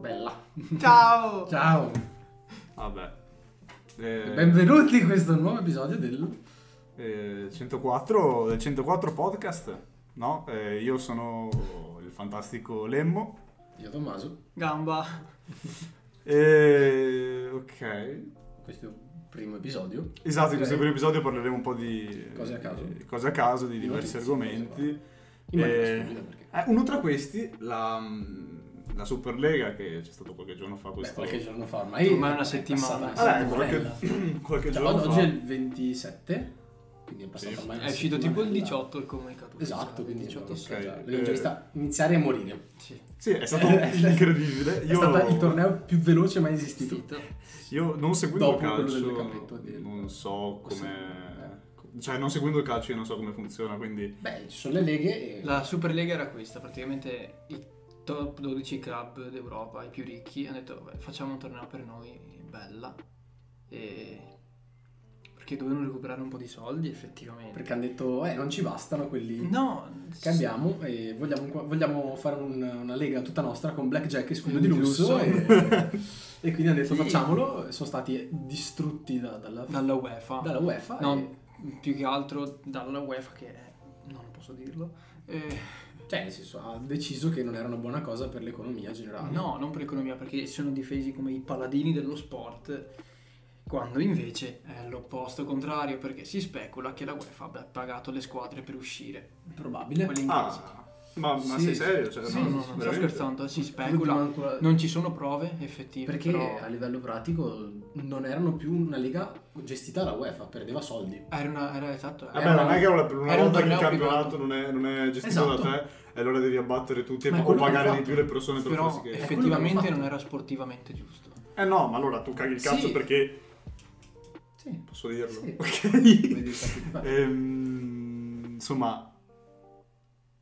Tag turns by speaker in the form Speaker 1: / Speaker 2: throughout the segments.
Speaker 1: Bella.
Speaker 2: Ciao!
Speaker 1: Ciao.
Speaker 3: Eh. Vabbè. Eh,
Speaker 1: Benvenuti in questo nuovo episodio del...
Speaker 3: eh, 104, del 104 podcast. No, eh, io sono il fantastico Lemmo.
Speaker 1: Io Tommaso.
Speaker 2: Gamba.
Speaker 3: Eh, ok.
Speaker 1: Questo è il primo episodio.
Speaker 3: Esatto,
Speaker 1: Direi
Speaker 3: in questo primo episodio parleremo un po' di
Speaker 1: Cose a caso.
Speaker 3: eh, cose a caso, di
Speaker 1: Di
Speaker 3: diversi
Speaker 1: notizie,
Speaker 3: argomenti.
Speaker 1: In maniera
Speaker 3: Eh,
Speaker 1: stupida perché...
Speaker 3: eh, uno tra questi, la, mm, la Superlega, che c'è stato qualche giorno fa
Speaker 1: Beh,
Speaker 3: questo...
Speaker 1: qualche giorno fa ormai...
Speaker 2: Ormai una
Speaker 1: è
Speaker 2: settimana.
Speaker 1: passata una
Speaker 3: Vabbè,
Speaker 1: settimanella.
Speaker 3: qualche, qualche
Speaker 1: Cioè,
Speaker 3: giorno
Speaker 1: oggi
Speaker 3: fa.
Speaker 1: è il 27, quindi è passata
Speaker 3: Sì.
Speaker 1: ormai una
Speaker 2: È uscito tipo il
Speaker 1: settimanella.
Speaker 2: 18 il comunicato.
Speaker 1: Esatto,
Speaker 2: ufficiale,
Speaker 1: quindi
Speaker 2: il 18
Speaker 1: cioè,
Speaker 3: ok. Eh,
Speaker 1: l'abbiamo già vista iniziare a morire.
Speaker 2: Sì.
Speaker 3: Sì, è stato incredibile.
Speaker 1: È
Speaker 3: Io-
Speaker 1: stato il torneo più veloce mai esistito.
Speaker 2: Vestito.
Speaker 3: Io non seguendo
Speaker 1: Dopo
Speaker 3: il
Speaker 1: quello
Speaker 3: calcio,
Speaker 1: del campetto, a dire. eh.
Speaker 3: non so
Speaker 1: Sì.
Speaker 3: come... Cioè, non seguendo il calcio io non so come funziona, quindi...
Speaker 1: Beh, ci sono le leghe e...
Speaker 2: La Superlega era questa, praticamente i top 12 club d'Europa, i più ricchi, hanno detto "Vabbè, facciamo un torneo per noi, bella. E... Perché dovevano recuperare un po' di soldi effettivamente.
Speaker 1: Perché hanno detto, eh, non ci bastano quelli...
Speaker 3: Mm.
Speaker 2: No,
Speaker 1: Che abbiamo e vogliamo, vogliamo fare un- una lega tutta nostra con blackjack e scudo
Speaker 2: Un
Speaker 1: di lusso
Speaker 2: lusso.
Speaker 1: e, e quindi hanno detto
Speaker 2: Mm, Sì.
Speaker 1: facciamolo sono stati distrutti da- dalla,
Speaker 2: dalla UEFA.
Speaker 1: dalla UEFA
Speaker 2: No, più che altro dalla UEFA che è- non posso dirlo. Eh,
Speaker 1: e- cioè nel senso ha deciso che non era una buona cosa per l'economia generale
Speaker 2: no, non per economia, perché sono difesi come i paladini dello sport, quando invece è l'opposto contrario, perché si specula che la UEFA abbia pagato le squadre per uscire.
Speaker 1: probabile
Speaker 2: Quelle inglesi.
Speaker 3: Ah, ma, ma
Speaker 1: Sì,
Speaker 3: sei
Speaker 1: sì.
Speaker 3: serio? Cioè,
Speaker 2: Sì,
Speaker 3: no,
Speaker 2: no, no, sto
Speaker 3: veramente?
Speaker 2: scherzando, si specula.
Speaker 1: L'ultima-
Speaker 2: Non ci sono prove effettive.
Speaker 1: perché
Speaker 2: però
Speaker 1: a livello pratico non erano più una lega gestita dalla UEFA perdeva soldi
Speaker 2: era una... Era, esatto,
Speaker 3: Vabbè,
Speaker 2: era
Speaker 3: Eh, non è che una, per una
Speaker 2: era un
Speaker 3: volta che il
Speaker 2: torneo
Speaker 3: campionato
Speaker 2: privato.
Speaker 3: non è, non è gestito
Speaker 1: Esatto.
Speaker 3: da te, e allora devi abbattere tutti e
Speaker 1: Ma è
Speaker 3: o
Speaker 1: quello che
Speaker 3: pagare
Speaker 1: hanno
Speaker 3: di più le persone per
Speaker 2: Però
Speaker 3: farsi che...
Speaker 1: è-
Speaker 2: effettivamente
Speaker 1: fatto.
Speaker 2: non era sportivamente giusto.
Speaker 3: Eh no, ma allora tu caghi il cazzo
Speaker 1: Sì.
Speaker 3: perché...
Speaker 1: sì
Speaker 3: Posso dirlo?
Speaker 1: Sì.
Speaker 3: Ok.
Speaker 1: Vedi, infatti, va-
Speaker 3: Ehm, insomma...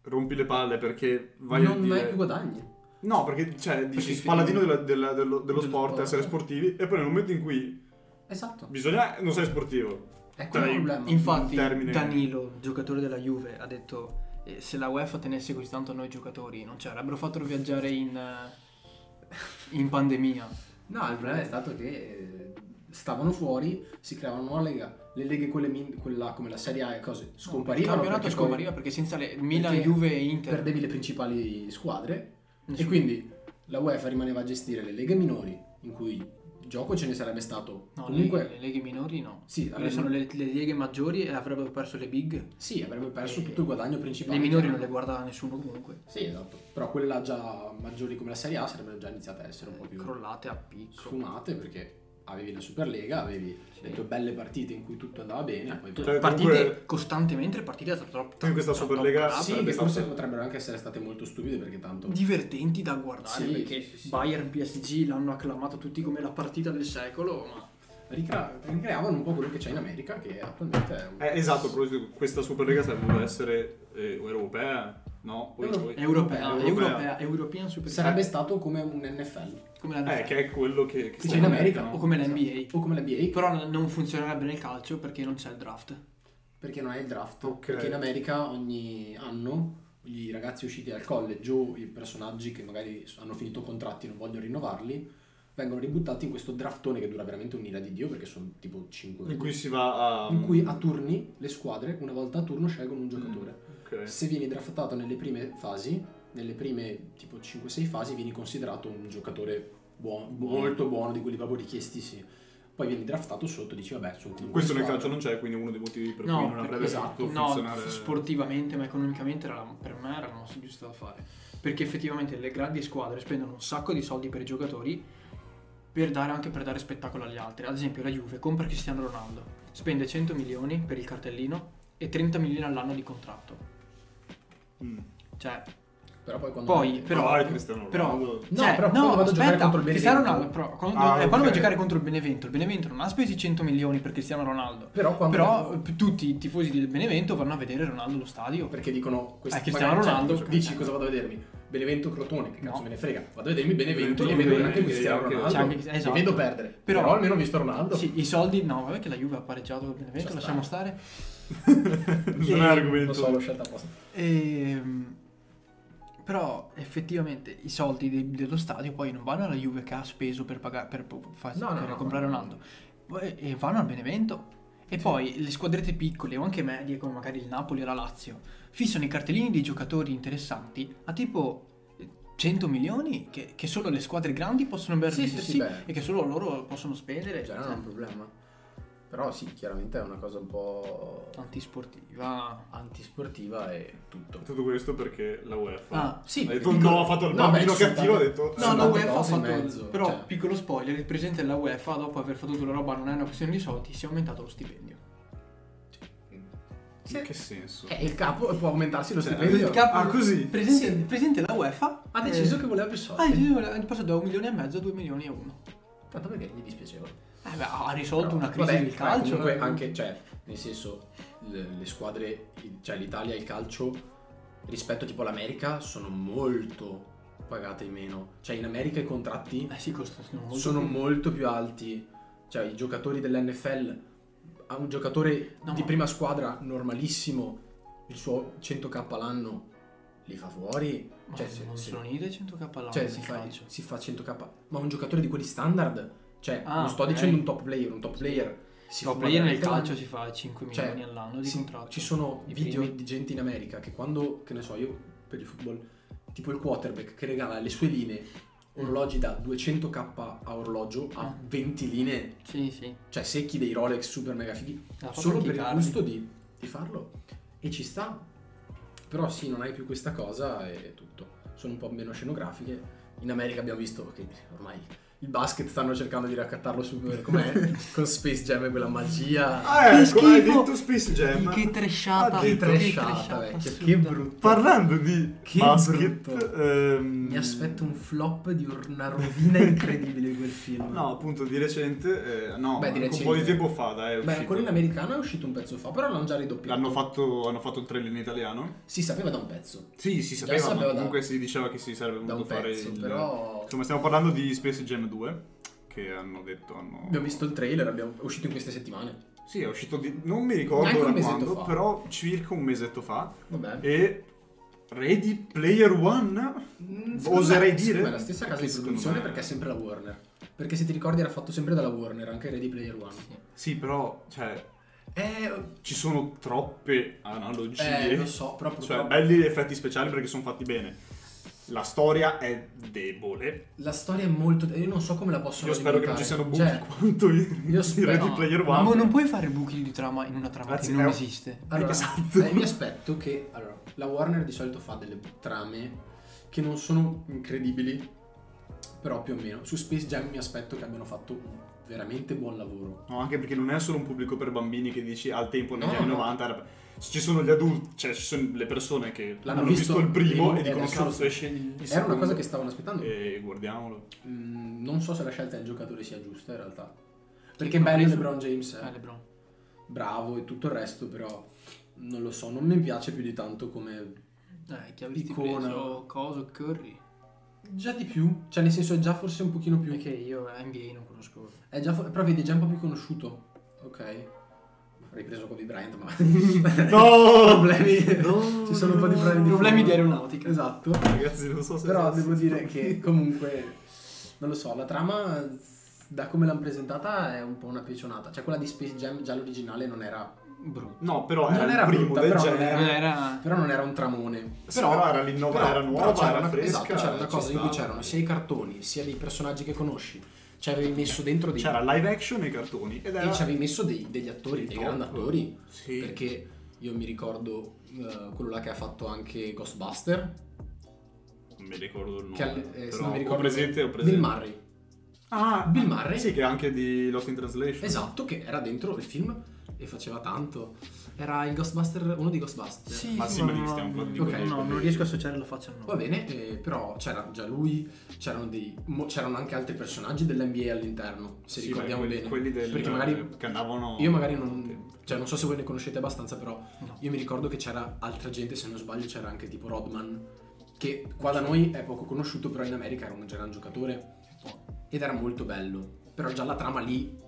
Speaker 3: Rompi le palle perché... Voglio
Speaker 1: non
Speaker 3: dire...
Speaker 1: hai più guadagni
Speaker 3: No, perché cioè, dici
Speaker 2: Perché
Speaker 3: paladino
Speaker 2: finiamo-
Speaker 3: della- della- dello, dello
Speaker 1: dello
Speaker 3: sport,
Speaker 1: sport.
Speaker 3: essere sportivi, e poi nel momento in cui
Speaker 1: esatto
Speaker 3: bisogna, non sei sportivo.
Speaker 1: è quello il
Speaker 3: Dai,
Speaker 1: problema
Speaker 2: Infatti,
Speaker 3: termine-
Speaker 2: Danilo, giocatore della Juve, ha detto: eh, Se la UEFA tenesse così tanto noi giocatori, non ci avrebbero fatto viaggiare in, eh, in pandemia.
Speaker 1: No, il problema è stato che eh, stavano fuori, si creavano una lega, le leghe quelle min- quella come la Serie A e cose
Speaker 2: Il
Speaker 1: scomparivano.
Speaker 2: campionato
Speaker 1: perché poi
Speaker 2: scompariva perché senza le Milan,
Speaker 1: perché
Speaker 2: Juve e Inter.
Speaker 1: Perdevi le principali squadre e
Speaker 2: nessuno.
Speaker 1: quindi la UEFA rimaneva a gestire le leghe minori in cui gioco ce ne sarebbe stato.
Speaker 2: No, le-
Speaker 1: Comunque
Speaker 2: le, leghe minori no.
Speaker 1: sì,
Speaker 2: Quelle
Speaker 1: avrebbe,
Speaker 2: sono le, le leghe maggiori e avrebbero perso le big.
Speaker 1: sì, avrebbe perso
Speaker 2: Eh,
Speaker 1: tutto il guadagno principale.
Speaker 2: Le minori non le guardava nessuno comunque.
Speaker 1: Sì, esatto. Però quella già maggiori come la Serie A sarebbero già iniziate a essere un po' più
Speaker 2: Crollate a picco.
Speaker 1: sfumate perché avevi la Superlega, avevi
Speaker 2: Sì.
Speaker 1: le tue belle partite in cui tutto andava bene, poi
Speaker 3: Cioè,
Speaker 2: partite
Speaker 3: comunque-
Speaker 2: costantemente partite troppo troppo
Speaker 3: Quindi questa Superlega
Speaker 2: troppo
Speaker 1: Sì,
Speaker 3: sarebbe
Speaker 1: che ah, forse
Speaker 3: stato-
Speaker 1: potrebbero anche essere state molto stupide perché tanto...
Speaker 2: divertenti da guardare
Speaker 1: Sì,
Speaker 2: perché
Speaker 1: sì, sì.
Speaker 2: Bayern PSG l'hanno acclamato tutti come la partita del secolo, ma
Speaker 1: Ricra- ricreavano un po' quello che c'è in America, che attualmente è un...
Speaker 3: Eh, esatto, a proposito, questa Superlega sarebbe dovuta essere eh, europea, no? O-
Speaker 1: Euro-
Speaker 3: o-
Speaker 2: europea, europea,
Speaker 3: Europea.
Speaker 2: European Super
Speaker 1: Sarebbe stato come un NFL,
Speaker 2: come la
Speaker 3: Eh,
Speaker 2: NFL,
Speaker 3: che è quello che, che
Speaker 1: Sì,
Speaker 3: sta
Speaker 1: in America,
Speaker 3: no?
Speaker 2: o come la NBA.
Speaker 1: o come l'NBA,
Speaker 2: Però n- non funzionerebbe nel calcio perché non c'è il draft.
Speaker 1: perché non hai il draft.
Speaker 3: Ok.
Speaker 1: Perché in America ogni anno i ragazzi usciti dal college o i personaggi che magari hanno finito contratti e non vogliono rinnovarli, vengono ributtati in questo draftone che dura veramente un'ira di Dio, perché sono tipo 5
Speaker 3: In cui si va a... Mm,
Speaker 1: in cui a turni le squadre, una volta a turno, scelgono un giocatore.
Speaker 3: Ok.
Speaker 1: Se vieni draftato nelle prime fasi, nelle prime tipo 5-6 fasi, vieni considerato un giocatore buono, molto buono, di quelli proprio richiesti, sì. Poi vieni draftato sotto, dici vabbè, sono comunque
Speaker 3: Questo nel
Speaker 1: squadra.
Speaker 3: calcio non c'è, quindi è uno dei motivi per
Speaker 2: No,
Speaker 3: cui non
Speaker 2: perché-
Speaker 3: avrebbe
Speaker 1: esatto,
Speaker 3: potuto
Speaker 2: no,
Speaker 3: funzionare...
Speaker 2: f- sportivamente, ma economicamente era la- per me era la mossa giusta da fare. Perché effettivamente le grandi squadre spendono un sacco di soldi per i giocatori per dare anche per dare spettacolo agli altri. Ad esempio la Juve compra Cristiano Ronaldo, spende 100 milioni per il cartellino e 30 milioni all'anno di contratto.
Speaker 3: Mm.
Speaker 2: Cioè,
Speaker 1: Però poi quando...
Speaker 2: poi però
Speaker 3: Vai, Cristiano
Speaker 2: però-
Speaker 3: Ronaldo.
Speaker 1: No, però quando vado a giocare contro il
Speaker 2: cioè, Cristiano
Speaker 1: Benevento-
Speaker 2: Ronaldo, però, quando,
Speaker 3: Ah,
Speaker 2: eh, quando va
Speaker 3: ok.
Speaker 2: a giocare contro il Benevento, il Benevento non ha speso i 100 milioni per Cristiano Ronaldo.
Speaker 1: Però quando...
Speaker 2: Però eh, tutti i tifosi del Benevento vanno a vedere Ronaldo allo stadio.
Speaker 1: Perché dicono... Questi,
Speaker 2: Eh, Cristiano
Speaker 1: magari,
Speaker 2: Ronaldo,
Speaker 1: cioè, dici
Speaker 2: cioè.
Speaker 1: cosa vado a vedermi? Benevento Crotone, che cazzo
Speaker 2: No.
Speaker 1: me ne frega. Vado a vedermi Benevento e
Speaker 3: Benevento,
Speaker 1: vedo anche
Speaker 3: Benevento,
Speaker 1: Cristiano
Speaker 3: anche-
Speaker 1: Ronaldo.
Speaker 2: c'è anche-
Speaker 1: Mi
Speaker 2: esatto.
Speaker 1: vedo perdere. Però,
Speaker 2: Però-
Speaker 1: almeno ho visto Ronaldo.
Speaker 2: Sì, i soldi, no, vabbè che la Juve ha pareggiato con il Benevento,
Speaker 1: Lascia
Speaker 2: lasciamo stare.
Speaker 3: non è un
Speaker 1: Lo
Speaker 3: argomento.
Speaker 1: so, l'ho scelta apposta.
Speaker 2: Ehm, Però effettivamente i soldi de- dello stadio poi non vanno alla Juve che ha speso per, pagare, per, po- fa-
Speaker 4: No, no,
Speaker 2: per
Speaker 4: no,
Speaker 2: comprare
Speaker 4: no.
Speaker 2: un altro, Poi- e vanno al Benevento. E poi le squadrette piccole o anche medie, come magari il Napoli o la Lazio, fissano i cartellini dei giocatori interessanti a tipo 100 milioni che, che solo le squadre grandi possono
Speaker 1: Sì, sì,
Speaker 2: permettersi
Speaker 1: sì, beh.
Speaker 2: e che solo loro possono spendere.
Speaker 1: Cioè, non è un problema. Però sì, chiaramente è una cosa un po' Ah.
Speaker 2: Antisportiva.
Speaker 1: antisportiva e tutto.
Speaker 3: Tutto questo perché la UEFA
Speaker 2: Ah,
Speaker 1: Sì,
Speaker 3: ha detto
Speaker 1: perché-
Speaker 3: no, ha fatto il
Speaker 1: no,
Speaker 3: bambino
Speaker 1: beh, ci sono
Speaker 3: cattivo, ha
Speaker 1: tante-
Speaker 3: detto
Speaker 1: Sono
Speaker 2: No, la
Speaker 1: tante
Speaker 2: UEFA ha
Speaker 1: cose in
Speaker 2: fatto.
Speaker 1: mezzo,
Speaker 2: però,
Speaker 1: cioè.
Speaker 2: piccolo spoiler: il presidente della UEFA, dopo aver fatto tutta la roba, non è una questione di soldi, si è aumentato lo stipendio.
Speaker 1: Sì.
Speaker 3: In che senso?
Speaker 1: Eh, il capo può aumentarsi lo
Speaker 3: Cioè,
Speaker 1: stipendio.
Speaker 2: Il capo-
Speaker 3: Ah, così?
Speaker 2: Il presidente,
Speaker 1: Sì.
Speaker 2: il presidente della UEFA
Speaker 1: Ha deciso
Speaker 2: eh,
Speaker 1: che voleva più
Speaker 2: ha
Speaker 3: Ah,
Speaker 1: soldi.
Speaker 2: deciso che è passato da un milione e mezzo a due milioni e uno.
Speaker 1: Tanto perché gli dispiaceva.
Speaker 2: Eh beh, ha risolto
Speaker 1: Però-
Speaker 2: una crisi
Speaker 1: vabbè,
Speaker 2: del
Speaker 1: beh,
Speaker 2: calcio.
Speaker 1: Comunque,
Speaker 2: eh.
Speaker 1: anche, cioè, nel senso, le, le squadre, il- cioè l'Italia e il calcio rispetto tipo all'America sono molto pagate in meno. Cioè, in America i contratti
Speaker 2: Eh sì, costano molto.
Speaker 1: cioè, sono
Speaker 2: più.
Speaker 1: molto più alti. Cioè, i giocatori dell'NFL a un giocatore
Speaker 2: No,
Speaker 1: di
Speaker 2: ma-
Speaker 1: prima squadra normalissimo il suo 100k l'anno li fa fuori.
Speaker 2: Ma
Speaker 1: Cioè,
Speaker 2: non
Speaker 1: se-
Speaker 2: non
Speaker 1: se-
Speaker 2: sono niente 100 k l'anno
Speaker 1: cioè,
Speaker 2: nel
Speaker 1: si fa,
Speaker 2: calcio.
Speaker 1: si fa 100k. Ma un giocatore di quelli standard, cioè,
Speaker 2: Ah,
Speaker 1: non sto
Speaker 2: ok.
Speaker 1: dicendo un top player, un top player. Si
Speaker 2: Top
Speaker 1: fa
Speaker 2: player nel
Speaker 1: veramente
Speaker 2: calcio
Speaker 1: un-
Speaker 2: si fa 5
Speaker 1: Cioè,
Speaker 2: milioni all'anno di
Speaker 1: sì,
Speaker 2: contratto.
Speaker 1: Ci sono
Speaker 2: I
Speaker 1: video
Speaker 2: primi.
Speaker 1: di gente in America che quando, che ne so, io per il football, tipo il quarterback che regala le sue linee, orologi da 200k a orologio a
Speaker 2: Ah.
Speaker 1: 20 linee,
Speaker 2: Sì, sì.
Speaker 1: cioè secchi dei Rolex super mega fighi,
Speaker 2: L'ha
Speaker 1: solo
Speaker 2: fatto
Speaker 1: per il
Speaker 2: Icardi.
Speaker 1: gusto di, di farlo. E ci sta. Però sì, non hai più questa cosa e tutto. Sono un po' meno scenografiche. In America abbiamo visto che ormai il basket stanno cercando di raccattarlo su com'è, con Space Jam e quella magia.
Speaker 3: Ah,
Speaker 2: Che
Speaker 3: ecco, hai
Speaker 2: schifo!
Speaker 3: detto Space Jam.
Speaker 2: Che tresciata.
Speaker 3: Ah,
Speaker 1: Che
Speaker 3: che
Speaker 1: trashata, vecchio, che
Speaker 2: assurda.
Speaker 1: brutto.
Speaker 3: Parlando di
Speaker 1: Che
Speaker 3: basket,
Speaker 1: brutto.
Speaker 3: ehm,
Speaker 1: Mi aspetto un flop di una rovina incredibile di quel film.
Speaker 3: No, appunto, di recente, eh, no,
Speaker 1: Beh, di
Speaker 3: anche
Speaker 1: recente.
Speaker 3: un po' di tempo fa, dai, è
Speaker 1: Beh,
Speaker 3: uscito.
Speaker 1: quello in americano è uscito un pezzo fa, però l'hanno già ridoppiato.
Speaker 3: L'hanno fatto, hanno fatto il trailer in italiano?
Speaker 1: Si sapeva da un pezzo.
Speaker 3: Sì, si
Speaker 1: Già
Speaker 3: sapeva,
Speaker 1: sapeva
Speaker 3: ma
Speaker 1: da-
Speaker 3: comunque si diceva che si sarebbe
Speaker 1: Da
Speaker 3: voluto
Speaker 1: un
Speaker 3: fare
Speaker 1: pezzo,
Speaker 3: il...
Speaker 1: però.
Speaker 3: Insomma, stiamo parlando di Space Jam 2, che hanno detto, hanno...
Speaker 1: Abbiamo visto il trailer, abbiamo... è uscito in queste settimane.
Speaker 3: Sì, è uscito, di... non mi ricordo
Speaker 1: Neanche un
Speaker 3: ora
Speaker 1: mesetto
Speaker 3: quando,
Speaker 1: fa.
Speaker 3: però circa un mesetto fa,
Speaker 1: Vabbè.
Speaker 3: e... Ready Player One?
Speaker 1: Mm, secondo
Speaker 3: Oserei
Speaker 1: me- secondo
Speaker 3: dire
Speaker 1: me è la stessa casa
Speaker 3: che
Speaker 1: di
Speaker 3: secondo
Speaker 1: produzione
Speaker 3: me-
Speaker 1: perché è sempre la Warner. Perché se ti ricordi era fatto sempre dalla Warner, anche Ready Player One.
Speaker 2: Sì.
Speaker 3: Sì, però, cioè,
Speaker 1: Eh,
Speaker 3: ci sono troppe analogie.
Speaker 1: eh, lo so, però
Speaker 3: Cioè,
Speaker 1: purtroppo
Speaker 3: belli gli effetti speciali perché sono fatti bene. La storia è debole.
Speaker 1: la storia è molto... Io non so come la possono
Speaker 3: Io spero che non
Speaker 1: alimentare.
Speaker 3: ci siano buchi
Speaker 1: Cioè,
Speaker 3: quanto in,
Speaker 1: io
Speaker 3: in
Speaker 1: spero-
Speaker 3: Ready
Speaker 1: no,
Speaker 3: Player
Speaker 2: Ma
Speaker 3: One.
Speaker 2: non puoi fare buchi di trama in una trama
Speaker 3: Ragazzi,
Speaker 2: che non
Speaker 3: è-
Speaker 2: esiste.
Speaker 1: Allora,
Speaker 3: Esatto.
Speaker 1: eh, mi aspetto che allora, la Warner di solito fa delle trame che non sono incredibili, però più o meno. Su Space Jam mi aspetto che abbiano fatto un veramente buon lavoro.
Speaker 3: No, anche perché non è solo un pubblico per bambini che dici al tempo negli
Speaker 1: No,
Speaker 3: anni
Speaker 1: no.
Speaker 3: 90 era- Ci sono gli adulti, cioè ci sono le persone che
Speaker 1: L'hanno
Speaker 3: l'hanno, visto,
Speaker 1: visto
Speaker 3: il primo
Speaker 1: primo
Speaker 3: e
Speaker 1: ed è
Speaker 3: dicono
Speaker 1: cazzo.
Speaker 3: cazzo esce il il
Speaker 1: Era
Speaker 3: secondo
Speaker 1: una cosa che stavano aspettando.
Speaker 3: E guardiamolo.
Speaker 1: Mm, non so se la scelta del giocatore sia giusta in realtà. Perché è
Speaker 2: hanno
Speaker 1: bello
Speaker 2: preso?
Speaker 1: LeBron James, eh,
Speaker 2: Eh, Lebron.
Speaker 1: bravo e tutto il resto, però non lo so, non mi piace più di tanto come...
Speaker 2: Eh, chi avresti
Speaker 1: Icona.
Speaker 2: preso? Oh, Coso, Curry?
Speaker 1: Già di più, cioè nel senso è già forse un pochino più...
Speaker 2: Perché io eh, NBA non conosco.
Speaker 1: È già, fo- però vedi, è già un po' più conosciuto. Ok. Avrei preso Kobe Bryant, ma...
Speaker 3: No!
Speaker 1: problemi.
Speaker 3: No,
Speaker 1: Ci sono un po' di
Speaker 3: no,
Speaker 1: problemi di
Speaker 2: Problemi
Speaker 1: fondo.
Speaker 2: di aeronautica.
Speaker 1: Esatto.
Speaker 3: Ragazzi, non so se
Speaker 1: Però devo dire che comunque non lo so, la trama da come l'hanno presentata è un po' una piccionata. Cioè quella di Space Jam già l'originale non era
Speaker 2: Brutto.
Speaker 3: No, però
Speaker 1: Non
Speaker 3: era,
Speaker 1: era
Speaker 3: il primo
Speaker 1: brutta,
Speaker 3: del
Speaker 1: però non
Speaker 3: genere.
Speaker 1: era-
Speaker 2: Era...
Speaker 1: però non era un tramone.
Speaker 3: Sì, Però, era l'innova,
Speaker 1: Però-
Speaker 3: era
Speaker 1: però
Speaker 3: nuova,
Speaker 1: c'era
Speaker 3: era
Speaker 1: una,
Speaker 3: fresca.
Speaker 1: esatto, c'era una
Speaker 3: ci
Speaker 1: cosa in cui
Speaker 3: stava.
Speaker 1: c'erano sia i cartoni, sia dei personaggi che conosci. Ci avevi messo dentro dei
Speaker 3: C'era live action e i cartoni ed era
Speaker 1: e ci avevi messo dei- degli attori,
Speaker 3: Sì,
Speaker 1: dei
Speaker 3: top.
Speaker 1: grandi attori.
Speaker 3: Sì.
Speaker 1: Perché io mi ricordo eh, quello là che ha fatto anche Ghostbuster.
Speaker 3: non mi ricordo il nome.
Speaker 1: che al- eh, se
Speaker 3: però
Speaker 1: non mi ricordo
Speaker 3: ho presente, ho presente.
Speaker 1: Bill Murray.
Speaker 3: Ah,
Speaker 1: Bill Murray.
Speaker 3: Sì, che anche di Lost in Translation.
Speaker 1: Esatto, che era dentro il film e faceva tanto. Era il Ghostbuster, uno dei Ghostbuster.
Speaker 3: Ma sì, ma
Speaker 2: no,
Speaker 3: lì stiamo parlando di
Speaker 2: no,
Speaker 1: quelli-
Speaker 2: no, non
Speaker 3: quelli-
Speaker 2: riesco a associare la faccia al nome.
Speaker 1: Va bene, eh, però c'era già lui, c'erano, dei, mo- c'erano anche altri personaggi dell'NBA all'interno, se
Speaker 3: Sì,
Speaker 1: ricordiamo
Speaker 3: quelli-
Speaker 1: bene.
Speaker 3: Quelli del,
Speaker 1: Perché magari
Speaker 3: che andavano
Speaker 1: Io magari non, cioè non so se voi ne conoscete abbastanza, però
Speaker 2: No.
Speaker 1: io mi ricordo che c'era altra gente, se non sbaglio c'era anche tipo Rodman, che qua da noi è poco conosciuto, però in America era un gran giocatore ed era molto bello. Però già la trama lì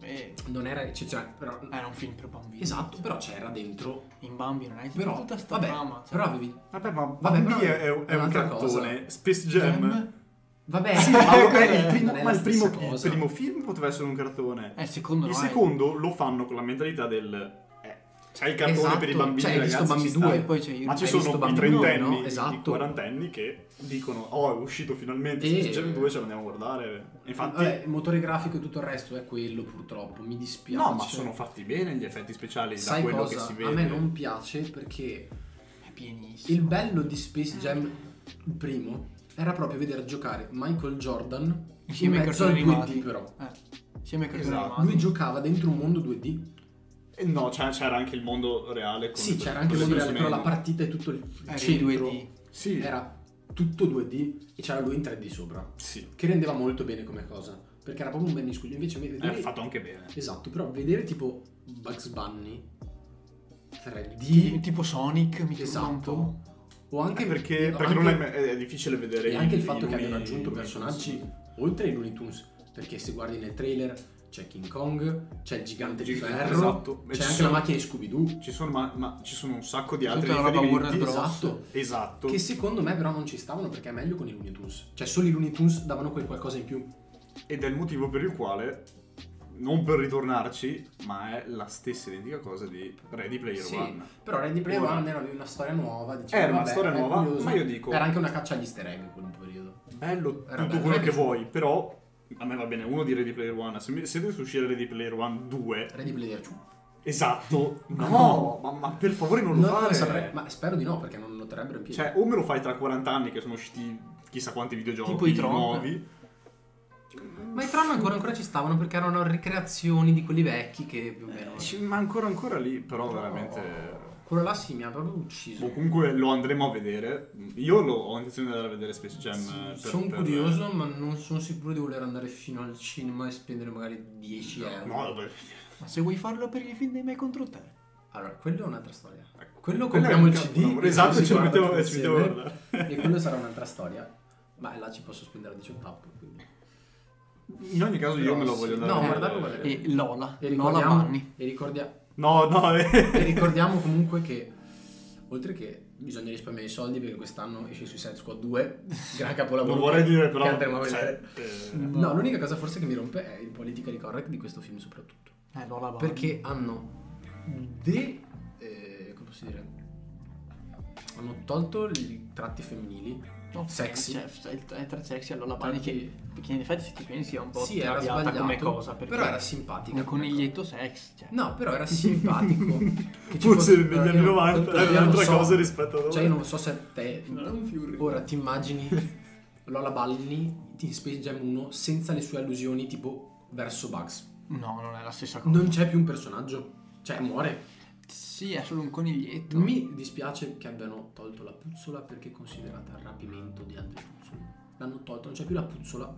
Speaker 2: me
Speaker 1: Non era eccezionale, però...
Speaker 2: era un film per bambini.
Speaker 1: Esatto, però c'era dentro...
Speaker 2: In bambini non è
Speaker 1: Però,
Speaker 2: tutta sta
Speaker 1: vabbè,
Speaker 2: trama, cioè.
Speaker 1: però avevi...
Speaker 3: Vabbè, ma
Speaker 1: Vabbè,
Speaker 3: Bambi
Speaker 1: però
Speaker 3: è, è un- è un
Speaker 1: un'altra
Speaker 3: cartone. Space Jam.
Speaker 2: Jam?
Speaker 1: Vabbè,
Speaker 3: Sì,
Speaker 1: ma
Speaker 3: ecco,
Speaker 1: ok,
Speaker 3: il primo-
Speaker 1: non è la
Speaker 3: ma il primo,
Speaker 1: stessa
Speaker 3: il
Speaker 1: cosa.
Speaker 3: primo film poteva essere un cartone.
Speaker 2: Eh, secondo
Speaker 3: il
Speaker 2: no,
Speaker 3: secondo lo fanno con la mentalità del... eh, c'è il cartone
Speaker 1: Esatto,
Speaker 3: per i bambini,
Speaker 1: cioè, hai visto
Speaker 3: ragazzi, ci
Speaker 1: Bambi
Speaker 3: sta.
Speaker 1: 2,
Speaker 2: E poi c'è il...
Speaker 3: Ma ci
Speaker 1: Hai visto
Speaker 3: sono i
Speaker 1: Bambi uno, no?
Speaker 3: trentenni, i
Speaker 1: Esatto.
Speaker 3: quarantenni che dicono oh è uscito finalmente,
Speaker 1: E- Eh,
Speaker 3: Space Jam 2 ce l'andiamo a guardare. Infatti...
Speaker 1: Vabbè, il motore grafico e tutto il resto è quello purtroppo, mi dispiace.
Speaker 3: No, ma sono fatti bene gli effetti speciali da
Speaker 1: Sai
Speaker 3: quello
Speaker 1: cosa?
Speaker 3: che si vede.
Speaker 1: A me non piace perché
Speaker 2: È pienissimo.
Speaker 1: il bello di Space Jam, il primo, era proprio vedere giocare Michael Jordan in
Speaker 2: ai
Speaker 1: mezzo al
Speaker 2: cartoni
Speaker 1: 2D
Speaker 2: animati.
Speaker 1: però.
Speaker 2: Eh, insieme ai cartoni
Speaker 3: Esatto.
Speaker 1: Lui
Speaker 2: animati.
Speaker 1: giocava dentro un mondo 2D.
Speaker 3: Eh, No, c'era, c'era anche il mondo reale. Con
Speaker 1: Sì,
Speaker 3: con
Speaker 1: c'era anche il
Speaker 3: le
Speaker 1: mondo reale, però
Speaker 3: persone.
Speaker 1: la partita e tutto il
Speaker 2: Era in
Speaker 1: centro
Speaker 2: 2D.
Speaker 3: Sì,
Speaker 1: era tutto 2D e c'era lui in 3D sopra,
Speaker 3: sì.
Speaker 1: che rendeva molto bene come cosa, perché era proprio un bel miscuglio. Invece mi
Speaker 3: Era
Speaker 1: vedere
Speaker 3: fatto anche bene.
Speaker 1: Esatto, però vedere tipo Bugs Bunny 3D
Speaker 2: Ti- Tipo Sonic, mi turba un po'.
Speaker 1: esatto o anche
Speaker 3: Anche Eh, perché,
Speaker 1: no,
Speaker 3: perché
Speaker 1: anche-
Speaker 3: non è, è difficile vedere.
Speaker 1: e anche il
Speaker 3: i-
Speaker 1: fatto
Speaker 3: i
Speaker 1: che abbiano
Speaker 3: nomi-
Speaker 1: aggiunto
Speaker 3: i nomi
Speaker 1: personaggi
Speaker 3: così.
Speaker 1: oltre ai Looney Tunes, perché se guardi nel trailer c'è King Kong, c'è il gigante di
Speaker 3: Gig-
Speaker 1: ferro,
Speaker 3: esatto. E
Speaker 1: c'è
Speaker 3: ci
Speaker 1: anche
Speaker 3: sono-
Speaker 1: la macchina di Scooby-Doo.
Speaker 3: Ci sono, ma, ma ci sono un sacco di altri
Speaker 2: Tutta la roba
Speaker 3: riferimenti.
Speaker 2: Warner Bros.
Speaker 1: Esatto.
Speaker 3: Esatto.
Speaker 1: Che secondo me però non ci stavano perché è meglio con i Looney Tunes. Cioè solo i Looney Tunes davano quel qualcosa in più.
Speaker 3: Ed è il motivo per il quale, non per ritornarci, ma è la stessa identica cosa di Ready Player
Speaker 1: Sì.
Speaker 3: One.
Speaker 1: Però Ready Player
Speaker 3: Ora-
Speaker 1: One era una storia nuova, diciamo,
Speaker 3: Era una
Speaker 1: vabbè,
Speaker 3: storia
Speaker 1: è
Speaker 3: nuova,
Speaker 1: curioso.
Speaker 3: ma io dico-
Speaker 1: Era anche una caccia agli easter egg in quel periodo.
Speaker 3: Bello
Speaker 1: Era
Speaker 3: tutto
Speaker 1: bello.
Speaker 3: quello che
Speaker 1: Era-
Speaker 3: vuoi, però a me va bene uno di Ready Player One. Se, mi- se dovesse uscire Ready Player One 2,
Speaker 1: Ready Player 2.
Speaker 3: esatto, no,
Speaker 1: No.
Speaker 3: Ma, ma per favore non lo
Speaker 1: Non
Speaker 3: fare.
Speaker 1: lo saprei, ma spero di no perché non lo terrebbero in piedi.
Speaker 3: Cioè, o me lo fai tra 40 anni che sono usciti chissà quanti videogiochi
Speaker 2: Tipo i Tron.
Speaker 3: nuovi.
Speaker 1: ma i Tron ancora, ancora ci stavano perché erano ricreazioni di quelli vecchi che più o meno...
Speaker 3: Eh, sì, ma ancora ancora lì, però
Speaker 1: No.
Speaker 3: veramente...
Speaker 1: Quello là sì mi ha proprio ucciso.
Speaker 3: Boh, comunque lo andremo a vedere. Io lo- ho intenzione di andare a vedere Space Jam. eh, per-
Speaker 1: sono
Speaker 3: per-
Speaker 1: curioso ma non sono sicuro di voler andare fino al cinema e spendere magari 10 euro.
Speaker 3: No, vabbè.
Speaker 2: Ma se vuoi farlo per i film dei me contro te.
Speaker 1: Allora, quello è un'altra storia.
Speaker 3: Ecco,
Speaker 1: Quello
Speaker 3: quello è
Speaker 1: compriamo
Speaker 3: un
Speaker 1: il CD.
Speaker 3: capolavoro. Esatto,
Speaker 1: e
Speaker 3: ci mettiamo
Speaker 1: guarda
Speaker 3: e ci mettiamo a
Speaker 1: insieme,
Speaker 3: guardare.
Speaker 1: E quello sarà un'altra storia. Ma là ci posso spendere 18 app. Quindi.
Speaker 3: In ogni caso io
Speaker 1: Però
Speaker 3: me lo
Speaker 1: sì.
Speaker 3: voglio andare
Speaker 1: No,
Speaker 3: a vedere.
Speaker 1: guardarlo, guardarlo.
Speaker 2: E Lola.
Speaker 1: E
Speaker 2: Lola
Speaker 1: ricordiamo,
Speaker 2: Manni.
Speaker 1: e ricordia-
Speaker 3: No, no, eh.
Speaker 1: E ricordiamo comunque che oltre che bisogna risparmiare i soldi perché quest'anno esce su Suicide Squad 2 gran capolavoro
Speaker 3: Non vorrei dire però...
Speaker 1: che andremo a vedere
Speaker 3: cioè, eh,
Speaker 1: no l'unica cosa forse che mi rompe è il politically correct di questo film soprattutto
Speaker 2: Eh, Lola Manni.
Speaker 1: perché hanno de eh, come posso dire hanno tolto i tratti femminili
Speaker 2: No,
Speaker 1: Sexy.
Speaker 2: Cioè, f- è- è tra sexy e Lola Bunny che, che in effetti se ti pensi è un po'
Speaker 1: sì era
Speaker 2: traviata
Speaker 1: sbagliato
Speaker 2: come cosa perché
Speaker 1: però era simpatica
Speaker 2: un
Speaker 1: come
Speaker 2: coniglietto sexy cioè.
Speaker 1: cosa. no però era simpatico che ci
Speaker 3: Forse
Speaker 1: fosse-
Speaker 3: negli
Speaker 1: io
Speaker 3: anni
Speaker 1: non-
Speaker 3: 90
Speaker 1: io
Speaker 3: era
Speaker 1: non
Speaker 3: un'altra
Speaker 1: so.
Speaker 3: cosa rispetto ad ora.
Speaker 1: Cioè, io non so se te.
Speaker 2: Era un fiore.
Speaker 1: Ora ti immagini Lola Balni in Space Jam 1 senza le sue allusioni tipo verso Bugs.
Speaker 2: no non è la stessa cosa
Speaker 1: Non c'è più un personaggio. Cioè, muore.
Speaker 2: sì è solo un coniglietto
Speaker 1: Mi dispiace che abbiano tolto la puzzola perché è considerata rapimento di altre puzzole. L'hanno tolto, non c'è più la puzzola.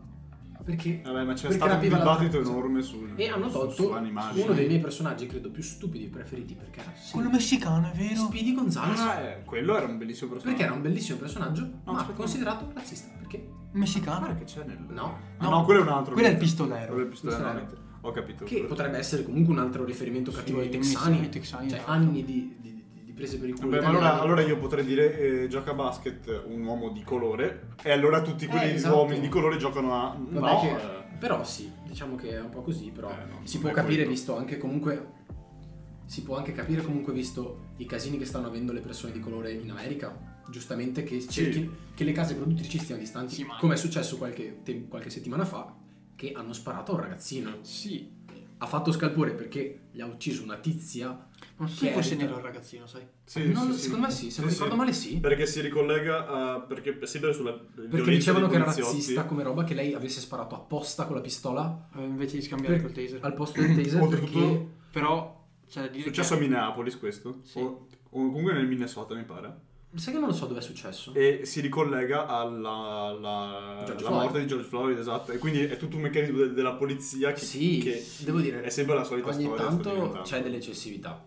Speaker 1: Perché.
Speaker 3: Vabbè, ma c'è
Speaker 1: Eh. perché
Speaker 3: stato un
Speaker 1: rapiva l'altra
Speaker 3: dibattito
Speaker 1: puzzola.
Speaker 3: enorme sul,
Speaker 1: E hanno
Speaker 3: su-
Speaker 1: tolto
Speaker 3: Ah, su animali.
Speaker 1: uno dei miei personaggi, credo, più stupidi e preferiti perché era
Speaker 2: quello
Speaker 1: sempre
Speaker 2: messicano è vero
Speaker 1: Speedy Gonzales.
Speaker 3: Ah, eh, quello era un bellissimo personaggio.
Speaker 1: perché era un bellissimo personaggio, ma
Speaker 3: aspetta.
Speaker 1: considerato razzista. Perché?
Speaker 3: Guarda
Speaker 2: messicano
Speaker 3: che c'è nel...
Speaker 1: No.
Speaker 3: Ah, no, quello è un altro.
Speaker 2: quello è il
Speaker 3: niente.
Speaker 2: pistolero.
Speaker 3: Quello è il pistolero.
Speaker 1: Pistolero.
Speaker 3: niente. Ho capito.
Speaker 1: Che potrebbe essere comunque un altro riferimento cattivo
Speaker 2: Sì,
Speaker 1: ai texani.
Speaker 2: ai texani,
Speaker 1: cioè,
Speaker 2: esatto.
Speaker 1: anni di, di- di- di prese per il culo.
Speaker 3: Vabbè, ma allora,
Speaker 1: italiani.
Speaker 3: allora io potrei dire eh, gioca a basket un uomo di colore e allora tutti quelli
Speaker 1: Eh, esatto.
Speaker 3: uomini di colore giocano a...
Speaker 1: Vabbè
Speaker 3: no,
Speaker 1: che-
Speaker 3: eh,
Speaker 1: Però sì, diciamo che è un po' così, però
Speaker 3: Eh, no,
Speaker 1: si
Speaker 3: non
Speaker 1: può
Speaker 3: è
Speaker 1: capire
Speaker 3: quello.
Speaker 1: visto anche comunque si può anche capire comunque visto i casini che stanno avendo le persone di colore in America, giustamente che cerchi che le case produttrici stiano distanti,
Speaker 2: Sì, ma-
Speaker 1: come è successo qualche, te- qualche settimana fa che hanno sparato a un ragazzino.
Speaker 2: sì
Speaker 1: Ha fatto scalpore perché gli ha ucciso una tizia.
Speaker 2: non so
Speaker 1: Chi
Speaker 2: se
Speaker 1: è
Speaker 2: fosse
Speaker 1: Rita?
Speaker 2: nero il ragazzino sai
Speaker 3: sì,
Speaker 1: Non-
Speaker 3: sì, sì.
Speaker 1: secondo me sì, se
Speaker 3: Sì,
Speaker 1: non
Speaker 3: sì.
Speaker 1: ricordo male sì.
Speaker 3: Perché si ricollega a... perché sempre sulla
Speaker 1: Perché
Speaker 3: violenza
Speaker 1: dicevano
Speaker 3: dei
Speaker 1: che era
Speaker 3: poliziotti.
Speaker 1: razzista come roba che lei avesse sparato apposta con la pistola
Speaker 2: Eh, invece di scambiare
Speaker 1: Per-
Speaker 2: col taser
Speaker 1: al posto del taser perché
Speaker 3: Oltretutto
Speaker 2: però c'è da
Speaker 3: è
Speaker 2: dire
Speaker 3: successo a
Speaker 2: che
Speaker 3: Minneapolis questo.
Speaker 2: Sì.
Speaker 3: O, o comunque nel Minnesota mi pare.
Speaker 1: sai che non lo so dove è successo.
Speaker 3: E si ricollega alla, alla-
Speaker 1: George
Speaker 3: alla
Speaker 1: Floyd.
Speaker 3: morte di George Floyd, esatto. E quindi è tutto un meccanismo de- della polizia che...
Speaker 1: sì,
Speaker 3: che
Speaker 1: devo dire,
Speaker 3: è sempre la solita
Speaker 1: ogni
Speaker 3: storia. sta
Speaker 1: tanto
Speaker 3: diventando.
Speaker 1: c'è dell'eccessività.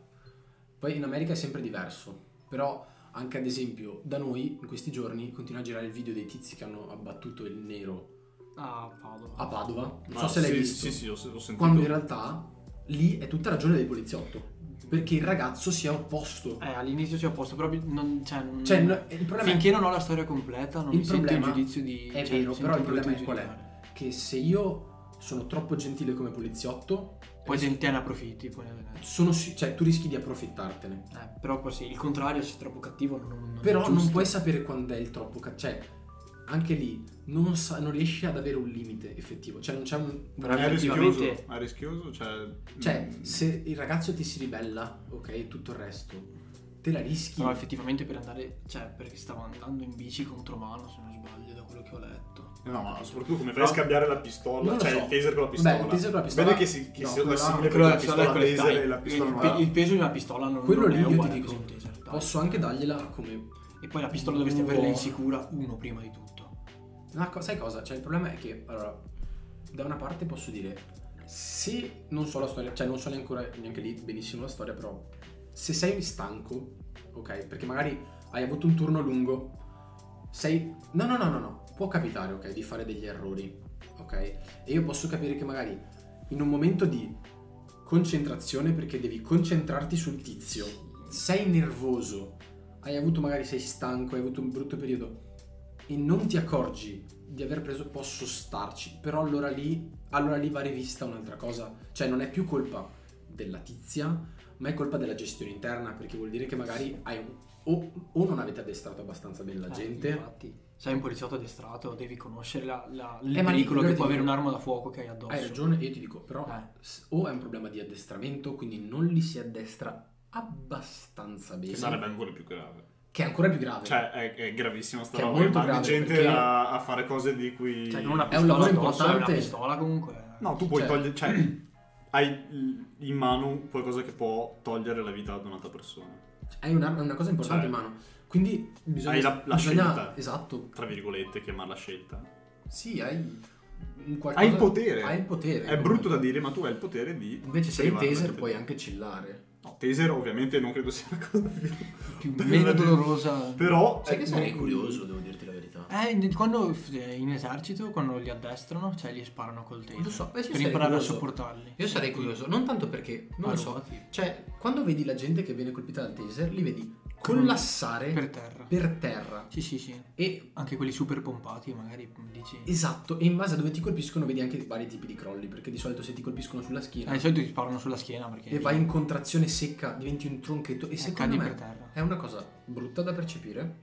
Speaker 1: Poi in America è sempre diverso, però anche ad esempio da noi in questi giorni continua a girare il video dei tizi che hanno abbattuto il nero
Speaker 2: a Ah, Padova.
Speaker 1: a Padova. Non
Speaker 3: Ma
Speaker 1: so se l'hai
Speaker 3: Ah, sì,
Speaker 1: visto.
Speaker 3: Sì, sì, ho, ho sentito.
Speaker 1: Quando in realtà lì è tutta ragione del poliziotto. Perché il ragazzo si è opposto.
Speaker 2: Eh, all'inizio ci ho posto, proprio non, cioè, non-
Speaker 1: Cioè, no, il problema
Speaker 2: finché
Speaker 1: è
Speaker 2: non ho la storia completa non
Speaker 1: Il
Speaker 2: mi sento in
Speaker 1: problema
Speaker 2: giudizio di...
Speaker 1: è
Speaker 2: cioè,
Speaker 1: vero,
Speaker 2: sento
Speaker 1: però il
Speaker 2: brutto
Speaker 1: problema è qual è?
Speaker 2: giudicare.
Speaker 1: che se io sono troppo gentile come poliziotto,
Speaker 2: Poi te te ne approfitti, poi ne-
Speaker 1: sono si- cioè, tu rischi di approfittartene.
Speaker 2: eh, però poi sì, il contrario, se è troppo cattivo non, non
Speaker 1: Però
Speaker 2: è
Speaker 1: non
Speaker 2: giusto.
Speaker 1: puoi sapere quando è il troppo ca- Cioè, anche lì non, sa- non riesci ad avere un limite effettivo. Cioè, non c'è un.
Speaker 2: Però
Speaker 3: È rischioso,
Speaker 2: effettivamente-
Speaker 3: è rischioso, cioè...
Speaker 1: Cioè,
Speaker 3: mm,
Speaker 1: se il ragazzo ti si ribella, ok, tutto il resto, te la rischi.
Speaker 2: Però effettivamente per andare, cioè perché stavo andando in bici contro mano se non sbaglio da quello che ho letto.
Speaker 3: No, ma soprattutto come fai
Speaker 4: Però-
Speaker 3: a scambiare la pistola,
Speaker 1: Non lo
Speaker 4: cioè
Speaker 1: so.
Speaker 4: il taser con la
Speaker 1: Beh,
Speaker 4: pistola.
Speaker 1: il taser con la pistola-
Speaker 4: Bene che si, che
Speaker 1: no,
Speaker 4: sia
Speaker 1: quella-
Speaker 4: simile perché
Speaker 2: Quello
Speaker 4: la pistola taser
Speaker 2: dai,
Speaker 4: e la pistola
Speaker 2: il,
Speaker 4: normale.
Speaker 2: il peso di una pistola non,
Speaker 1: Quello
Speaker 2: non
Speaker 1: lì
Speaker 2: è
Speaker 1: io ti
Speaker 2: uguale al
Speaker 1: dico,
Speaker 2: peso di un taser, dai.
Speaker 1: Posso anche dargliela come.
Speaker 2: E poi la pistola dovresti
Speaker 1: No.
Speaker 2: averla insicura uno prima di tutto.
Speaker 1: Ma co- sai cosa? Cioè, il problema è che, allora, da una parte posso dire. Se non so la storia, cioè non so neanche, ora- neanche lì benissimo la storia, però se sei stanco, ok, perché magari hai avuto un turno lungo, sei... No, no, no, no, no, può capitare, ok, di fare degli errori, ok? E io posso capire che magari in un momento di concentrazione, perché devi concentrarti sul tizio, sei nervoso, hai avuto magari sei stanco, hai avuto un brutto periodo e non ti accorgi di aver preso, posso starci, però allora lì, allora lì va rivista un'altra cosa, cioè non è più colpa della tizia, ma è colpa della gestione interna, perché vuol dire che magari hai un- o, o non avete addestrato abbastanza bene la
Speaker 2: Eh,
Speaker 1: gente,
Speaker 2: infatti, sei un poliziotto addestrato, devi conoscere la, la, il
Speaker 1: Eh, ma lì
Speaker 2: pericolo
Speaker 1: quello
Speaker 2: che
Speaker 1: che
Speaker 2: può
Speaker 1: ti
Speaker 2: avere
Speaker 1: dico-
Speaker 2: un'arma da fuoco che hai addosso.
Speaker 1: Hai ragione, io ti dico, però
Speaker 2: Eh.
Speaker 1: s- o è un problema di addestramento, quindi non li si addestra abbastanza bene,
Speaker 3: Che sarebbe ancora più grave.
Speaker 1: che è ancora più grave.
Speaker 3: Cioè, è, è gravissima sta
Speaker 1: Che è
Speaker 3: roba.
Speaker 1: molto
Speaker 3: mandi
Speaker 1: grave,
Speaker 3: gente
Speaker 1: perché-
Speaker 3: a, a fare cose di cui...
Speaker 2: Cioè, con una
Speaker 1: È un
Speaker 2: pistola
Speaker 1: lavoro
Speaker 2: addosso, è una
Speaker 1: importante.
Speaker 2: pistola comunque.
Speaker 3: No, tu puoi
Speaker 1: Cioè-
Speaker 3: togliere... Cioè, hai in mano qualcosa che può togliere la vita ad un'altra persona.
Speaker 1: è una, è una cosa importante
Speaker 3: Cioè,
Speaker 1: in mano. Quindi bisogna...
Speaker 3: hai la- la
Speaker 1: bisogna-
Speaker 3: scelta.
Speaker 1: Esatto.
Speaker 3: Tra virgolette, chiamarla scelta.
Speaker 1: Sì, hai un qualcosa...
Speaker 3: Hai il potere.
Speaker 1: Hai il potere.
Speaker 3: È brutto da dire, ma tu hai il potere di...
Speaker 1: Invece se hai il
Speaker 3: privare la
Speaker 1: taser
Speaker 3: vita.
Speaker 1: puoi anche chillare.
Speaker 3: No, taser ovviamente non credo sia una cosa
Speaker 2: più
Speaker 3: più...
Speaker 2: meno dolorosa.
Speaker 3: Però...
Speaker 1: Sai che
Speaker 3: eh,
Speaker 1: sarei
Speaker 3: non-
Speaker 1: curioso, devo dirti la verità.
Speaker 2: Eh, in- quando eh, in esercito, quando li addestrano, cioè li sparano col taser.
Speaker 1: Lo so, beh, sì,
Speaker 2: per
Speaker 1: sarei
Speaker 2: imparare
Speaker 1: curioso.
Speaker 2: a sopportarli.
Speaker 1: Io sarei curioso, non tanto perché... Non lo so.
Speaker 2: Parolati.
Speaker 1: Cioè, quando vedi la gente che viene colpita dal taser, li vedi collassare
Speaker 2: Per terra.
Speaker 1: per terra.
Speaker 2: Sì, sì, sì.
Speaker 1: E
Speaker 2: Anche quelli super pompati, magari dici.
Speaker 1: Esatto, e in base a dove ti colpiscono vedi anche vari tipi di crolli, perché di solito se ti colpiscono sulla
Speaker 2: Eh,
Speaker 1: schiena
Speaker 2: Di solito ti sparano sulla schiena perché.
Speaker 1: e vai in contrazione secca, diventi un tronchetto e
Speaker 2: eh,
Speaker 1: secondo
Speaker 2: cadi per
Speaker 1: me
Speaker 2: terra.
Speaker 1: è una cosa brutta da percepire,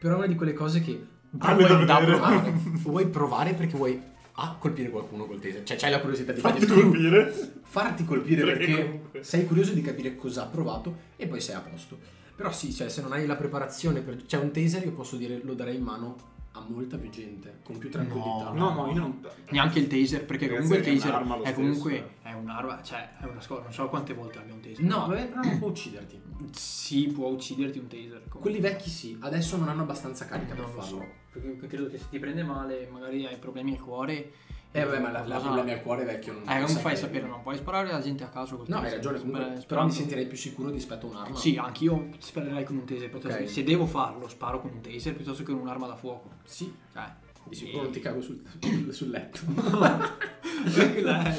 Speaker 1: però è una di quelle cose che
Speaker 3: Bello
Speaker 1: vuoi,
Speaker 3: da vedere.
Speaker 1: provare, vuoi provare perché vuoi A colpire qualcuno col taser, cioè c'hai la curiosità di
Speaker 3: Fatti
Speaker 1: farti-
Speaker 3: colpire.
Speaker 1: farti colpire
Speaker 3: Perché
Speaker 1: perché,
Speaker 3: comunque-
Speaker 1: sei curioso di capire cosa ha provato e poi sei a posto. Però sì, cioè, se non hai la preparazione per... Cioè un taser io posso dire lo darei in mano a molta più gente, con più tranquillità.
Speaker 3: No, no, io non...
Speaker 2: Neanche il taser, perché
Speaker 3: Ragazzi,
Speaker 2: comunque il
Speaker 3: è
Speaker 2: taser
Speaker 3: un'arma lo
Speaker 2: è
Speaker 3: stesso,
Speaker 2: comunque è un'arma, cioè è una scuola, non so quante volte abbia un taser.
Speaker 1: No, vabbè, però non può ucciderti.
Speaker 2: Si può ucciderti un taser. comunque.
Speaker 1: Quelli vecchi sì, adesso non hanno abbastanza carica per
Speaker 2: non lo
Speaker 1: farlo.
Speaker 2: so. Perché credo che se ti prende male, magari hai problemi al cuore.
Speaker 1: Eh vabbè, ma la, la
Speaker 2: cosa-
Speaker 1: problemi al cuore vecchio non
Speaker 2: Ah. Eh,
Speaker 1: lo
Speaker 2: non
Speaker 1: sai
Speaker 2: fai
Speaker 1: che-
Speaker 2: sapere, non puoi sparare alla gente a caso col
Speaker 1: No, hai
Speaker 2: taser,
Speaker 1: ragione, comunque,
Speaker 2: sper-
Speaker 1: però mi
Speaker 2: sperando-
Speaker 1: sentirei più sicuro rispetto a un'arma.
Speaker 2: Sì, anch'io sparerei con un taser. piuttosto
Speaker 1: Ok.
Speaker 2: che- Se devo farlo, sparo con un taser piuttosto che con un'arma da fuoco.
Speaker 1: Sì,
Speaker 2: Cioè,
Speaker 1: di sicuro non ti cago sul, sul letto.
Speaker 2: Eh,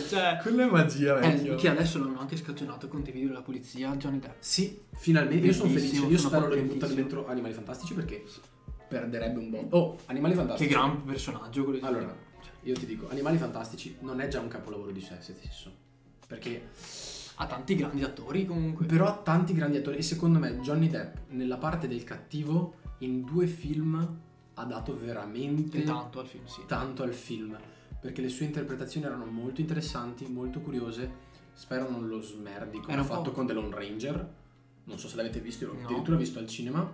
Speaker 2: cioè,
Speaker 1: Quella è magia,
Speaker 2: eh, che adesso l'hanno anche scagionato con dei video della polizia, Johnny Depp.
Speaker 1: Sì, finalmente. Io sono
Speaker 2: Bellissimo,
Speaker 1: felice. Io
Speaker 2: sono
Speaker 1: spero lo
Speaker 2: contentissimo.
Speaker 1: ributtano dentro Animali Fantastici perché perderebbe un po'. Oh, Animali
Speaker 2: Che
Speaker 1: Fantastici.
Speaker 2: gran personaggio quello di
Speaker 1: Allora, io ti dico, Animali Fantastici non è già un capolavoro di sé stesso. Perché
Speaker 2: Ha tanti grandi attori comunque.
Speaker 1: Però ha tanti grandi attori e secondo me Johnny Depp nella parte del cattivo in due film ha dato veramente
Speaker 2: E tanto al film, sì.
Speaker 1: tanto al film perché le sue interpretazioni erano molto interessanti, molto curiose. Spero non lo smerdi come
Speaker 2: Era
Speaker 1: ha
Speaker 2: un po'-
Speaker 1: fatto con The Lone Ranger. Non so se l'avete visto, io l'ho
Speaker 2: No.
Speaker 1: addirittura visto al cinema.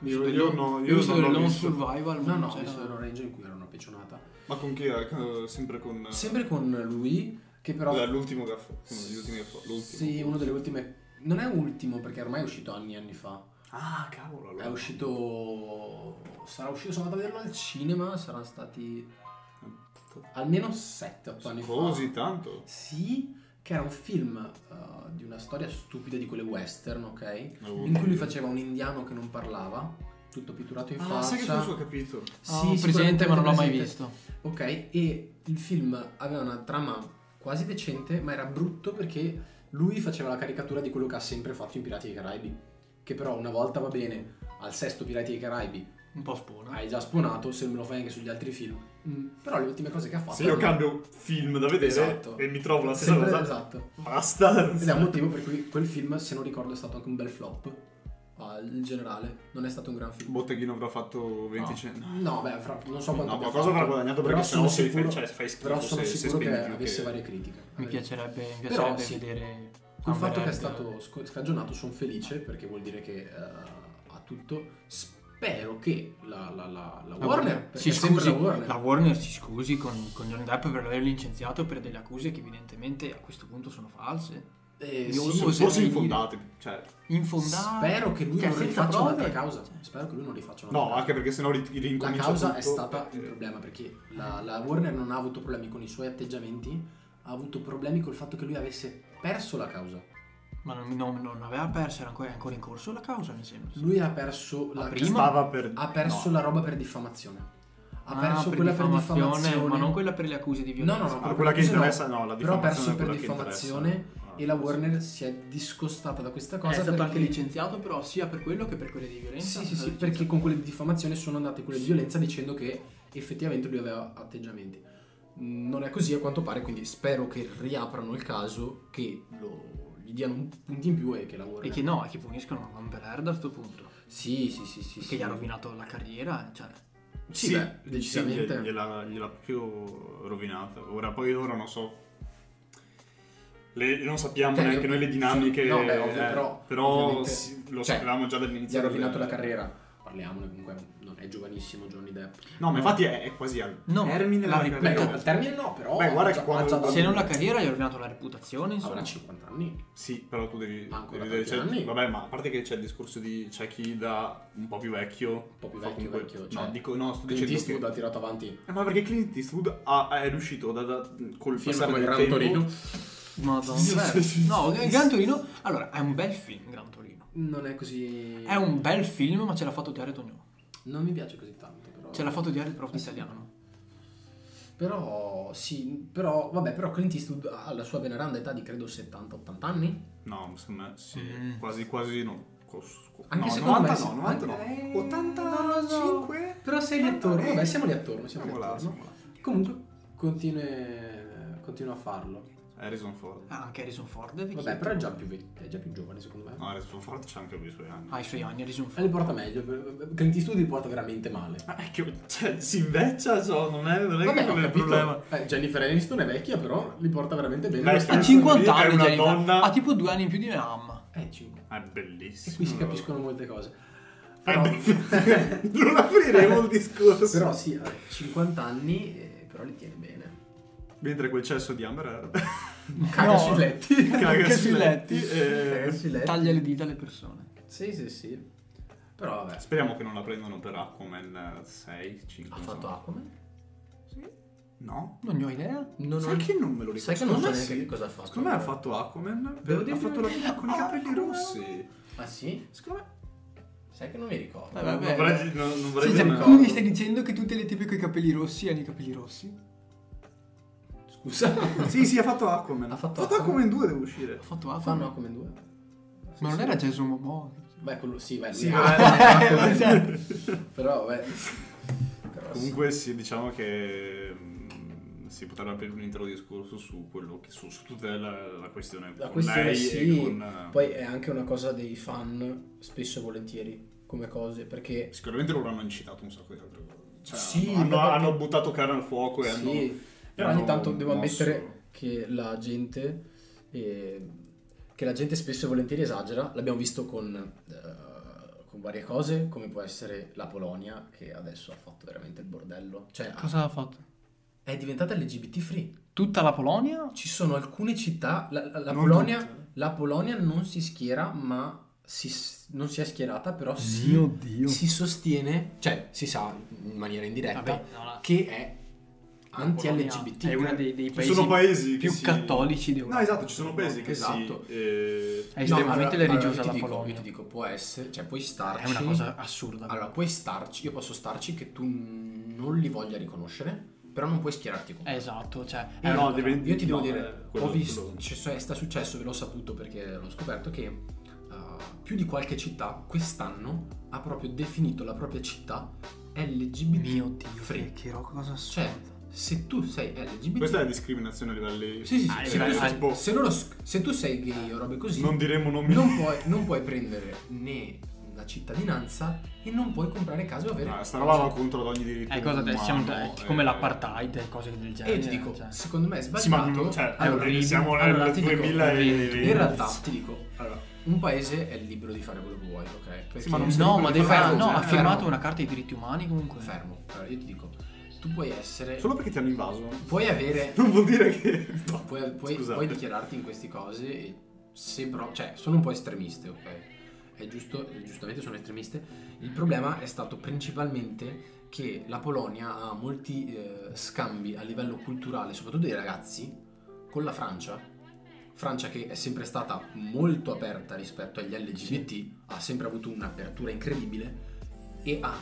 Speaker 3: Io,
Speaker 2: Sul-
Speaker 3: io no,
Speaker 2: io
Speaker 3: io
Speaker 2: ho visto
Speaker 3: non
Speaker 2: del
Speaker 3: l'ho
Speaker 2: Lone
Speaker 3: visto.
Speaker 2: Survival.
Speaker 1: No, no,
Speaker 2: ma non
Speaker 1: ho visto The
Speaker 2: c'era-
Speaker 1: Lone Ranger in cui era una pecionata.
Speaker 3: Ma con chi era? Eh, Sempre con... eh,
Speaker 1: Sempre con lui, che però...
Speaker 3: eh, L'ultimo gaffo. Uno degli ultimi gaffo. L'ultimo.
Speaker 1: Sì, una delle ultime... Non è ultimo perché ormai è uscito anni e anni fa.
Speaker 3: Ah, cavolo. Allora.
Speaker 1: È uscito. Sarà uscito, sono andato a vederlo al cinema. Saranno stati almeno 7-8 anni
Speaker 3: Eh, Così
Speaker 1: fa.
Speaker 3: tanto.
Speaker 1: Sì, che era un film eh, di una storia stupida di quelle western, ok?
Speaker 3: Oh,
Speaker 1: In cui lui
Speaker 3: Dio.
Speaker 1: faceva un indiano che non parlava, tutto pitturato in
Speaker 3: Ah, sai che
Speaker 1: faccia.
Speaker 3: forse ho capito.
Speaker 2: Ah, ho presente, ma non l'ho mai
Speaker 1: sicuramente
Speaker 2: visto.
Speaker 1: presente. Ok, e il film aveva una trama quasi decente, ma era brutto perché lui faceva la caricatura di quello che ha sempre fatto in Pirati dei Caraibi. Che però una volta va bene, al sesto Pirati dei Caraibi
Speaker 2: Un po' spona.
Speaker 1: hai già spunato, se me lo fai anche sugli altri film. Mm, Però le ultime cose che ha fatto...
Speaker 4: Se io cambio film da vedere
Speaker 1: Esatto.
Speaker 4: e mi trovo la stessa
Speaker 1: Sempre-
Speaker 4: cosa,
Speaker 1: Esatto.
Speaker 4: basta.
Speaker 1: Ed è un motivo per cui quel film, se non ricordo, è stato anche un bel flop. Ma in generale, non è stato un gran film.
Speaker 3: Botteghino avrà fatto 20
Speaker 4: No.
Speaker 3: cent-
Speaker 1: No, beh, fra- non so quanto
Speaker 4: No,
Speaker 1: abbia
Speaker 4: qualcosa avrà
Speaker 1: fatto,
Speaker 4: guadagnato
Speaker 1: però
Speaker 4: perché
Speaker 1: sono
Speaker 4: sennò se li fai,
Speaker 1: sicuro,
Speaker 4: cioè, se fai schifo,
Speaker 1: però sono
Speaker 4: se- se
Speaker 1: sicuro
Speaker 4: spendi
Speaker 1: che
Speaker 4: più
Speaker 1: avesse
Speaker 4: che-
Speaker 1: varie critiche.
Speaker 2: Mi
Speaker 1: Vabbè.
Speaker 2: piacerebbe, mi
Speaker 1: Però
Speaker 2: piacerebbe
Speaker 1: sì.
Speaker 2: vedere.
Speaker 1: Col
Speaker 2: Amber
Speaker 1: fatto che è
Speaker 2: Heard.
Speaker 1: stato sc- scagionato sono felice perché vuol dire che eh, ha tutto. Spero che la, la- la- la
Speaker 2: La
Speaker 1: Warner, perché
Speaker 2: si
Speaker 1: è sempre
Speaker 2: scusi,
Speaker 1: la Warner.
Speaker 2: si scusi con, con Johnny Depp per averlo licenziato per delle accuse che evidentemente a questo punto sono false,
Speaker 1: Eh, sì,
Speaker 2: Io so-
Speaker 3: Forse, forse
Speaker 2: oserei
Speaker 3: infondati. Cioè,
Speaker 2: infondate.
Speaker 1: spero che lui
Speaker 2: cioè,
Speaker 1: non
Speaker 2: senza
Speaker 1: rifaccia un'altra
Speaker 2: prove.
Speaker 1: causa.
Speaker 2: Cioè,
Speaker 1: Spero che lui non rifaccia un'altra
Speaker 3: no,
Speaker 1: causa.
Speaker 3: anche perché sennò ri-
Speaker 1: La
Speaker 3: rincomincia
Speaker 1: causa è
Speaker 3: tutto.
Speaker 1: stata il
Speaker 3: Eh,
Speaker 1: problema perché la, la Warner non ha avuto problemi con i suoi atteggiamenti, ha avuto problemi col fatto che lui avesse perso la causa.
Speaker 2: Ma non, non- non aveva perso, era ancora, ancora in corso la causa, mi sembra.
Speaker 1: Lui ha perso la,
Speaker 2: La prima?
Speaker 4: Stava per...
Speaker 1: ha perso
Speaker 4: no.
Speaker 1: la roba per diffamazione. Ha
Speaker 2: Ah,
Speaker 1: perso quella per diffamazione.
Speaker 2: ma non quella per le accuse di
Speaker 1: No,
Speaker 2: violenza.
Speaker 1: no, no,
Speaker 4: Ah, quella che
Speaker 1: scusa,
Speaker 4: interessa, no, la
Speaker 1: però ha
Speaker 4: diffamazione
Speaker 1: perso
Speaker 4: è
Speaker 1: per
Speaker 4: quella che
Speaker 1: diffamazione
Speaker 4: interessa. Ah,
Speaker 1: E la Warner si è discostata da questa cosa.
Speaker 2: È stato
Speaker 1: perché-
Speaker 2: anche licenziato, però, sia per quello che per quelle di violenza. Eh,
Speaker 1: Sì, sì,
Speaker 2: è
Speaker 1: sì,
Speaker 2: stato
Speaker 1: perché
Speaker 2: licenziato.
Speaker 1: con quelle di diffamazione sono andate quelle di violenza dicendo che effettivamente lui aveva atteggiamenti. Mm, Non è così a quanto pare, quindi spero che riaprano il caso, che lo- gli diano un punto in più e che la Warner...
Speaker 2: E che no, e che puniscono Amber Heard a questo punto.
Speaker 1: Sì, sì, sì, sì.
Speaker 2: Che
Speaker 1: sì.
Speaker 2: gli ha rovinato la carriera, cioè.
Speaker 1: Sì, beh, decisamente.
Speaker 3: gliel- gliela, gliela proprio rovinata. Ora, poi ora non so.
Speaker 4: Le- non sappiamo
Speaker 1: Cioè,
Speaker 4: neanche
Speaker 1: io-
Speaker 4: noi le dinamiche,
Speaker 1: no, beh,
Speaker 4: eh,
Speaker 1: ovvio, però- ovviamente-
Speaker 4: sì, lo
Speaker 1: cioè,
Speaker 4: sapevamo già
Speaker 1: Gli
Speaker 4: dall'inizio.
Speaker 1: ha rovinato
Speaker 4: del-
Speaker 1: la carriera. Parliamone comunque, non è giovanissimo Johnny Depp.
Speaker 3: No, ma infatti è, è quasi al
Speaker 2: No, la
Speaker 3: termine della
Speaker 2: ripre-
Speaker 1: Beh,
Speaker 3: carriera.
Speaker 1: al termine no, però...
Speaker 3: Beh, guarda
Speaker 1: ha già-
Speaker 3: che quando-
Speaker 1: ha già-
Speaker 2: Se non la carriera, gli ha rovinato la reputazione, insomma.
Speaker 1: Avrà 50 anni.
Speaker 3: Sì, però tu devi,
Speaker 1: Ma ancora
Speaker 3: devi vedere,
Speaker 1: tanti
Speaker 3: cioè,
Speaker 1: anni.
Speaker 3: vabbè, ma a parte che c'è il discorso di c'è chi da un po' più vecchio, un
Speaker 1: po' più vecchio, vecchio,
Speaker 3: no,
Speaker 1: cioè,
Speaker 3: dico no, sto
Speaker 1: Clint
Speaker 3: dicendo
Speaker 1: Eastwood
Speaker 3: che,
Speaker 1: ha tirato avanti
Speaker 3: Eh, ma perché Clint Eastwood ha- è riuscito da, da, col
Speaker 1: il film
Speaker 3: passare
Speaker 1: come
Speaker 3: del
Speaker 1: Gran
Speaker 3: tempo-
Speaker 1: Torino.
Speaker 2: Madonna.
Speaker 3: Sì, sì, sì,
Speaker 2: no,
Speaker 3: sì,
Speaker 2: Gran Torino. Allora, è un bel film, Gran Torino.
Speaker 1: Non è così...
Speaker 2: È un bel film, ma ce l'ha fatto odiare Tognò.
Speaker 1: Non mi piace così tanto, però...
Speaker 2: Ce l'ha fatto odiare il prof di italiano.
Speaker 1: Però sì, però vabbè, però Clint Eastwood ha la sua veneranda età di credo 70-80 anni.
Speaker 3: No, secondo me sì,
Speaker 2: Mm.
Speaker 3: quasi quasi no. Cos- co-
Speaker 1: Anche
Speaker 3: no,
Speaker 1: secondo
Speaker 3: 90
Speaker 1: me sì.
Speaker 3: no, 90 no.
Speaker 1: Eh,
Speaker 3: 85?
Speaker 1: Però sei lì attorno,
Speaker 3: Eh,
Speaker 1: vabbè, siamo lì attorno, siamo lì
Speaker 3: Siamo là,
Speaker 1: attorno.
Speaker 3: siamo là.
Speaker 1: Comunque continua continua a farlo.
Speaker 3: Eh, Harrison Ford.
Speaker 2: Ah, anche Harrison Ford è vecchietto.
Speaker 1: Vabbè, però è già più vecchio, è già più giovane secondo me.
Speaker 3: No, Harrison Ford c'è anche lui i suoi
Speaker 1: Ah.
Speaker 3: anni.
Speaker 2: Ha i suoi anni, Harrison
Speaker 1: E
Speaker 2: Ford.
Speaker 1: li porta meglio, Clint Eastwood li porta veramente male.
Speaker 4: Ma è che cioè, si inveccia, so, non è, non è che
Speaker 1: Vabbè, ho
Speaker 4: non è il
Speaker 1: capito.
Speaker 4: problema.
Speaker 1: Eh, Jennifer Aniston è vecchia, però li porta veramente bene.
Speaker 4: Beh,
Speaker 1: Lo
Speaker 4: sì.
Speaker 2: Ha
Speaker 1: stesso.
Speaker 2: 50
Speaker 4: È
Speaker 2: anni,
Speaker 4: una
Speaker 2: Jennifer.
Speaker 4: donna.
Speaker 2: Ha tipo due anni in più di mia mamma.
Speaker 1: Eh, cinque.
Speaker 3: Ah, È
Speaker 1: E
Speaker 3: bellissimo.
Speaker 1: qui si capiscono molte cose.
Speaker 4: Mm. Eh,
Speaker 1: Però,
Speaker 4: beh, non apriremo il discorso.
Speaker 1: però sì, ha 50 anni, eh, però li tiene bene.
Speaker 3: Mentre quel cesso di Amber Heard
Speaker 1: Caga
Speaker 2: No.
Speaker 1: sui letti.
Speaker 3: caga
Speaker 2: Che
Speaker 3: sui letti.
Speaker 4: Eh,
Speaker 1: Caga
Speaker 3: e-
Speaker 1: sui letti.
Speaker 2: Taglia le dita alle persone.
Speaker 1: Sì, sì, sì. Però vabbè.
Speaker 3: Speriamo che non la prendano per Aquaman 6, 5.
Speaker 1: Ha fatto Aquaman?
Speaker 3: No?
Speaker 2: Non ne ho idea.
Speaker 1: Non
Speaker 3: Sai che non me lo ricordo?
Speaker 1: Sai che non so
Speaker 3: Secondo me
Speaker 1: neanche
Speaker 3: sì.
Speaker 1: che cosa ha fatto.
Speaker 3: Secondo me ha fatto Aquaman.
Speaker 1: Devo
Speaker 3: ha
Speaker 1: dire-
Speaker 3: fatto la prima con i capelli
Speaker 2: Aquaman.
Speaker 3: rossi.
Speaker 1: Ah sì?
Speaker 3: Secondo me.
Speaker 1: Sai che non mi ricordo.
Speaker 2: Eh,
Speaker 4: Non
Speaker 2: vabbè.
Speaker 4: vorrei- non- non vorrei
Speaker 2: Scusa,
Speaker 4: dire-
Speaker 1: Sì, sì,
Speaker 2: ma tu mi stai dicendo che tutte le tipe con i capelli rossi hanno i capelli rossi?
Speaker 1: Scusa.
Speaker 3: sì, sì, ha fatto Aquaman.
Speaker 1: Ha fatto
Speaker 3: Aquaman.
Speaker 1: Aquaman
Speaker 3: 2 deve uscire.
Speaker 2: Ha fatto AFA?
Speaker 1: Fanno Aquaman 2?
Speaker 2: Ma non era Jason Momoa?
Speaker 1: Beh, quello sì, beh,
Speaker 3: Sì,
Speaker 1: lui-
Speaker 3: vabbè,
Speaker 2: Eh, cioè,
Speaker 1: Però vabbè. Però sì.
Speaker 3: Comunque sì, diciamo che mm, si potrebbe aprire un intero discorso su quello che su, su tutta la, la questione
Speaker 1: La
Speaker 3: con
Speaker 1: questione
Speaker 3: lei
Speaker 1: sì,
Speaker 3: e con eh,
Speaker 1: poi è anche una cosa dei fan spesso e volentieri come cose, perché
Speaker 3: sicuramente loro hanno incitato un sacco di altre cose. Cioè,
Speaker 1: Sì,
Speaker 3: hanno,
Speaker 1: ma
Speaker 3: hanno-
Speaker 1: perché-
Speaker 3: hanno buttato carne al fuoco e hanno
Speaker 1: Sì, però
Speaker 3: hanno
Speaker 1: ogni tanto devo
Speaker 3: mosso-
Speaker 1: ammettere che la gente eh, che la gente spesso e volentieri esagera, l'abbiamo visto con, eh, con varie cose, come può essere la Polonia che adesso ha fatto veramente il bordello, cioè ha-
Speaker 2: Cosa ha fatto?
Speaker 1: è diventata LGBT free.
Speaker 2: Tutta la Polonia?
Speaker 1: Ci sono alcune città, la, la- la
Speaker 3: Non
Speaker 1: Polonia
Speaker 3: tutte.
Speaker 1: la Polonia non si schiera, ma si s- non si è schierata, però si
Speaker 2: Mio Dio.
Speaker 1: si sostiene, cioè si sa in maniera indiretta
Speaker 2: Vabbè, no, no.
Speaker 1: che è
Speaker 2: La
Speaker 1: anti-LGBT.
Speaker 2: Polonia È uno dei, dei
Speaker 3: Ci
Speaker 2: paesi,
Speaker 3: sono paesi che
Speaker 2: più
Speaker 3: si-
Speaker 2: cattolici d'Europa.
Speaker 3: No, esatto, ci sono paesi che
Speaker 1: Esatto.
Speaker 3: si eh,
Speaker 2: È estremamente
Speaker 1: No, allora-
Speaker 2: religiosa
Speaker 1: allora io
Speaker 2: la
Speaker 1: ti dico,
Speaker 2: Polonia.
Speaker 1: Io ti dico, può essere, cioè puoi
Speaker 2: È
Speaker 1: starci.
Speaker 2: una cosa assurda.
Speaker 1: Allora, puoi starci, io posso starci che tu non li voglia riconoscere, però non puoi schierarti con.
Speaker 2: Eh, esatto, cioè...
Speaker 1: Io,
Speaker 2: eh,
Speaker 1: no,
Speaker 2: no,
Speaker 1: io ti devo
Speaker 4: no,
Speaker 1: dire,
Speaker 4: eh, quello-
Speaker 1: ho visto,
Speaker 4: quello-
Speaker 1: ci so- è sta successo, ve l'ho saputo perché l'ho scoperto, che uh, più di qualche città quest'anno ha proprio definito la propria città LGBT
Speaker 2: Mio Dio,
Speaker 1: free.
Speaker 2: che, che ro- cosa
Speaker 1: Cioè,
Speaker 2: assurda.
Speaker 1: se tu sei LGBT...
Speaker 3: Questa è la discriminazione a livelli...
Speaker 1: Sì, sì, sì,
Speaker 2: Ah,
Speaker 1: se,
Speaker 2: è vero,
Speaker 1: tu,
Speaker 2: sì.
Speaker 1: boh, se loro sc- se tu sei gay o robe così,
Speaker 3: Non diremo nomi.
Speaker 1: non puoi, non puoi prendere né la cittadinanza e non puoi comprare casa o avere...
Speaker 3: No, sta roba va contro ogni diritto
Speaker 2: Eh, cosa te, siamo
Speaker 3: umano,
Speaker 2: è come
Speaker 3: eh,
Speaker 2: l'apartheid e cose del genere.
Speaker 1: E ti dico,
Speaker 2: cioè.
Speaker 1: secondo me è
Speaker 4: Sì, ma
Speaker 1: sbagliato.
Speaker 4: non- cioè,
Speaker 1: Allora,
Speaker 4: eh, siamo nel
Speaker 1: allora, ti dico,
Speaker 4: 2000 e...
Speaker 1: in realtà ti dico,
Speaker 4: Allora,
Speaker 1: un paese è libero di fare quello che vuoi, ok? Perché-
Speaker 3: Sì, ma non sei
Speaker 2: No,
Speaker 3: libero
Speaker 2: ma
Speaker 3: di
Speaker 2: deve
Speaker 3: fare
Speaker 2: fare-
Speaker 3: cose,
Speaker 2: no,
Speaker 3: eh.
Speaker 2: ha firmato
Speaker 1: fermo,
Speaker 2: una carta dei diritti umani comunque.
Speaker 1: Fermo. Allora, io ti dico, tu puoi essere...
Speaker 3: Solo perché ti hanno invaso.
Speaker 1: Puoi avere...
Speaker 3: Non vuol dire che... No.
Speaker 1: Puoi, puoi-
Speaker 3: Scusate.
Speaker 1: puoi dichiararti in queste cose e se bro- Cioè, sono un po' estremiste, ok? È giusto, giustamente sono estremiste. Il problema è stato principalmente che la Polonia ha molti eh, scambi a livello culturale, soprattutto dei ragazzi, con la Francia. Francia che è sempre stata molto aperta rispetto agli LGBT, ha sempre avuto un'apertura incredibile e ha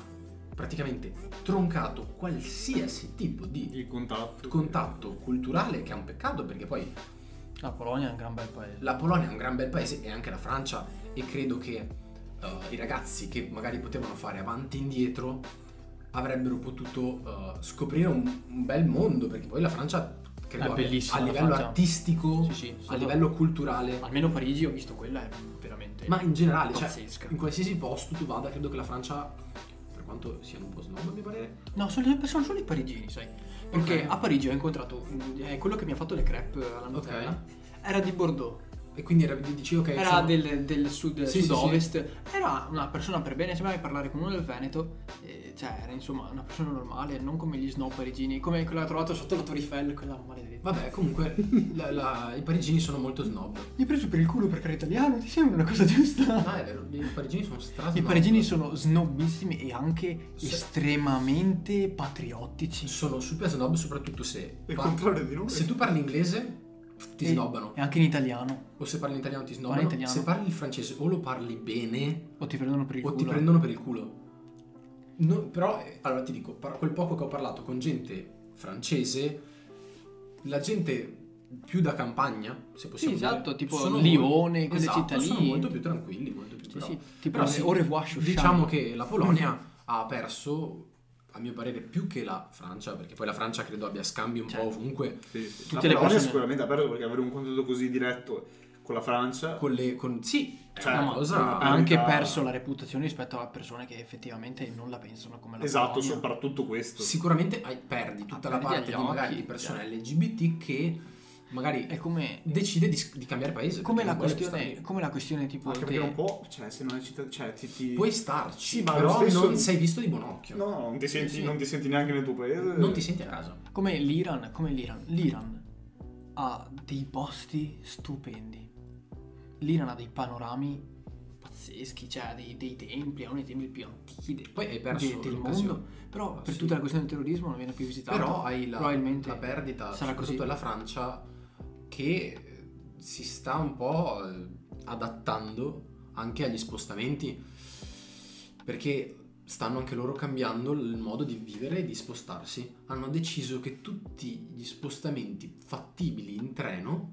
Speaker 1: praticamente troncato qualsiasi tipo di
Speaker 3: Il contatto.
Speaker 1: contatto culturale che è un peccato perché poi
Speaker 2: La Polonia è un gran bel paese.
Speaker 1: la Polonia è un gran bel paese e anche la Francia e credo che eh, i ragazzi che magari potevano fare avanti e indietro avrebbero potuto eh, scoprire un, un bel mondo perché poi la Francia credo
Speaker 2: È
Speaker 1: abbia-
Speaker 2: bellissima
Speaker 1: a
Speaker 2: la
Speaker 1: livello
Speaker 2: Francia.
Speaker 1: artistico,
Speaker 2: Sì, sì, Ah,
Speaker 1: a
Speaker 2: sono-
Speaker 1: livello culturale,
Speaker 2: Almeno Parigi ho visto quella è veramente
Speaker 1: ma in generale, cioè
Speaker 2: pazzesca.
Speaker 1: in qualsiasi posto tu vada, credo che la Francia per quanto siano un po' snob a mio parere,
Speaker 2: No, sono, sono solo i parigini, sai. Perché
Speaker 1: Ok.
Speaker 2: a Parigi ho incontrato mm, eh, quello che mi ha fatto le crepe alla Nutella. Era di Bordeaux.
Speaker 1: e quindi era- dici ok,
Speaker 2: Era
Speaker 1: sono-
Speaker 2: del, del sud,
Speaker 1: Sì, sì,
Speaker 2: sud-ovest. Era una persona per bene, sembrava di parlare con uno del Veneto. eh, cioè, era insomma una persona normale, non come gli snob parigini, come quella trovata sotto la Torre Eiffel, quella maledetta.
Speaker 1: vabbè comunque la- la- i parigini sono molto snob.
Speaker 2: Mi hai preso per il culo perché era italiano, ti sembra una cosa giusta?
Speaker 1: Ah, è vero, i parigini sono strati.
Speaker 2: I parigini sono snobissimi e anche
Speaker 1: Sì.
Speaker 2: estremamente patriottici.
Speaker 1: sono super snob, soprattutto se.
Speaker 3: È il
Speaker 1: par-
Speaker 3: contrario di noi.
Speaker 1: se tu parli inglese, ti
Speaker 2: E-
Speaker 1: snobbano.
Speaker 2: E anche in italiano.
Speaker 1: O se parli italiano, ti
Speaker 2: Parli
Speaker 1: snobbano.
Speaker 2: italiano.
Speaker 1: Se parli il francese, o lo parli bene,
Speaker 2: O ti prendono per il
Speaker 1: o
Speaker 2: culo.
Speaker 1: ti prendono per il culo. No, però, eh, allora ti dico, par- quel poco che ho parlato con gente francese, la gente più da campagna, se
Speaker 2: Sì,
Speaker 1: possiamo dire.
Speaker 2: esatto, tipo
Speaker 1: sono
Speaker 2: Lione,
Speaker 1: mol-
Speaker 2: quelle
Speaker 1: esatto,
Speaker 2: città lì.
Speaker 1: sono molto più tranquilli, molto più
Speaker 2: Sì,
Speaker 1: però-
Speaker 2: sì, tipo
Speaker 1: Però
Speaker 2: le-
Speaker 1: sì,
Speaker 2: au revoir, Shoshana.
Speaker 1: Eh, Diciamo che
Speaker 2: Mm.
Speaker 1: la Polonia ha perso, a mio parere, più che la Francia, perché poi la Francia credo abbia scambi un
Speaker 2: Cioè,
Speaker 1: po' ovunque
Speaker 3: Sì, sì.
Speaker 2: Tutte
Speaker 3: la
Speaker 2: le
Speaker 3: Polonia
Speaker 2: persone-
Speaker 3: sicuramente ha perso perché avere un contatto così diretto con la Francia...
Speaker 1: con le... Con, sì, è
Speaker 3: Cioè,
Speaker 1: una
Speaker 2: no, ma-
Speaker 1: cosa...
Speaker 2: ha anche
Speaker 3: verità-
Speaker 2: perso la reputazione rispetto a persone che effettivamente non la pensano come la
Speaker 3: Esatto,
Speaker 2: Polonia.
Speaker 3: soprattutto questo.
Speaker 1: Sicuramente hai- perdi tutta la
Speaker 2: perdi agli
Speaker 1: parte di, magari,
Speaker 2: occhi,
Speaker 1: di persone LGBT che magari eh,
Speaker 2: È come,
Speaker 1: decide di, di cambiare paese. perché
Speaker 2: come la
Speaker 1: non vuole
Speaker 2: questione,
Speaker 1: star lì.
Speaker 2: come la questione tipo
Speaker 3: Anche
Speaker 2: che-
Speaker 3: perché un po', cioè, se non è città... Cioè, ti... ti...
Speaker 1: Puoi starci,
Speaker 3: Sì, ma
Speaker 1: però
Speaker 3: lo stesso-
Speaker 1: non sei visto di buon occhio.
Speaker 3: No, non ti, senti,
Speaker 2: sì.
Speaker 3: non ti senti neanche nel tuo
Speaker 2: eh.
Speaker 3: paese.
Speaker 1: Non ti senti a casa.
Speaker 2: come l'Iran, come l'Iran. L'Iran ha dei posti stupendi. L'Iran ha dei panorami pazzeschi, cioè ha dei, dei templi, ha uno dei templi più antichi de-
Speaker 1: Poi hai perso
Speaker 2: de- del
Speaker 1: l'occasione.
Speaker 2: mondo. Però
Speaker 1: Ah,
Speaker 2: per
Speaker 1: sì.
Speaker 2: tutta la questione del terrorismo non viene più visitato.
Speaker 1: Però hai la,
Speaker 2: probabilmente
Speaker 1: la perdita
Speaker 2: sarà
Speaker 1: soprattutto
Speaker 2: così.
Speaker 1: della Francia che eh, si sta un po' eh, adattando anche agli spostamenti perché stanno anche loro cambiando il modo di vivere e di spostarsi. Hanno deciso che tutti gli spostamenti fattibili in treno,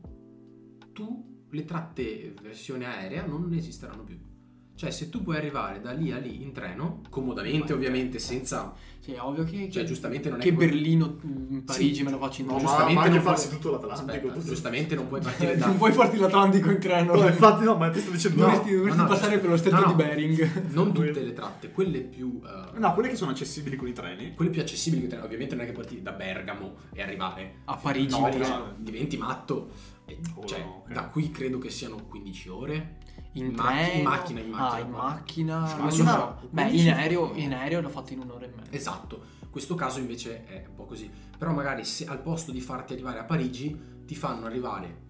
Speaker 1: tu le tratte versione aerea non esisteranno più. Cioè, se tu puoi arrivare da lì a lì in treno, comodamente
Speaker 2: Vai.
Speaker 1: ovviamente, senza...
Speaker 2: Sì, è ovvio che,
Speaker 1: Cioè,
Speaker 2: che-
Speaker 1: giustamente non è
Speaker 2: che
Speaker 1: che puoi-
Speaker 2: Berlino, mm, Parigi
Speaker 1: Sì,
Speaker 2: me lo faccio in
Speaker 3: No,
Speaker 2: treno.
Speaker 3: ma,
Speaker 1: Giustamente
Speaker 3: ma anche
Speaker 1: non
Speaker 3: farsi
Speaker 1: puoi-
Speaker 3: tutto l'Atlantico.
Speaker 1: Aspetta,
Speaker 3: tutto-
Speaker 1: giustamente non puoi partire
Speaker 2: Eh,
Speaker 1: da...
Speaker 2: non puoi farti l'Atlantico in treno.
Speaker 3: No, infatti no, ma ti sto dicendo...
Speaker 2: dovresti,
Speaker 1: no,
Speaker 2: dovresti
Speaker 1: no,
Speaker 2: passare per lo stretto
Speaker 1: no, no.
Speaker 2: di Bering.
Speaker 1: Non
Speaker 3: Quelle-
Speaker 1: tutte le tratte, quelle più... eh,
Speaker 3: No, quelle che sono accessibili con i treni.
Speaker 1: Quelle più accessibili che te- ovviamente non è che partire da Bergamo e arrivare
Speaker 2: A Parigi.
Speaker 1: No,
Speaker 3: Parigi.
Speaker 1: no, diventi matto. E,
Speaker 3: Oh,
Speaker 1: cioè,
Speaker 3: no, ok.
Speaker 1: da qui credo che siano 15 ore.
Speaker 2: In
Speaker 1: Ma-
Speaker 2: treno.
Speaker 1: in macchina, in
Speaker 2: Ah,
Speaker 1: macchina,
Speaker 2: in
Speaker 1: guarda.
Speaker 2: macchina.
Speaker 1: Sì,
Speaker 2: non lo
Speaker 1: macchina,
Speaker 2: so. Beh, in
Speaker 1: 15.
Speaker 2: aereo, in aereo l'ho fatto in un'ora e mezza.
Speaker 1: Esatto. Questo caso invece è un po' così. Però magari se al posto di farti arrivare a Parigi, ti fanno arrivare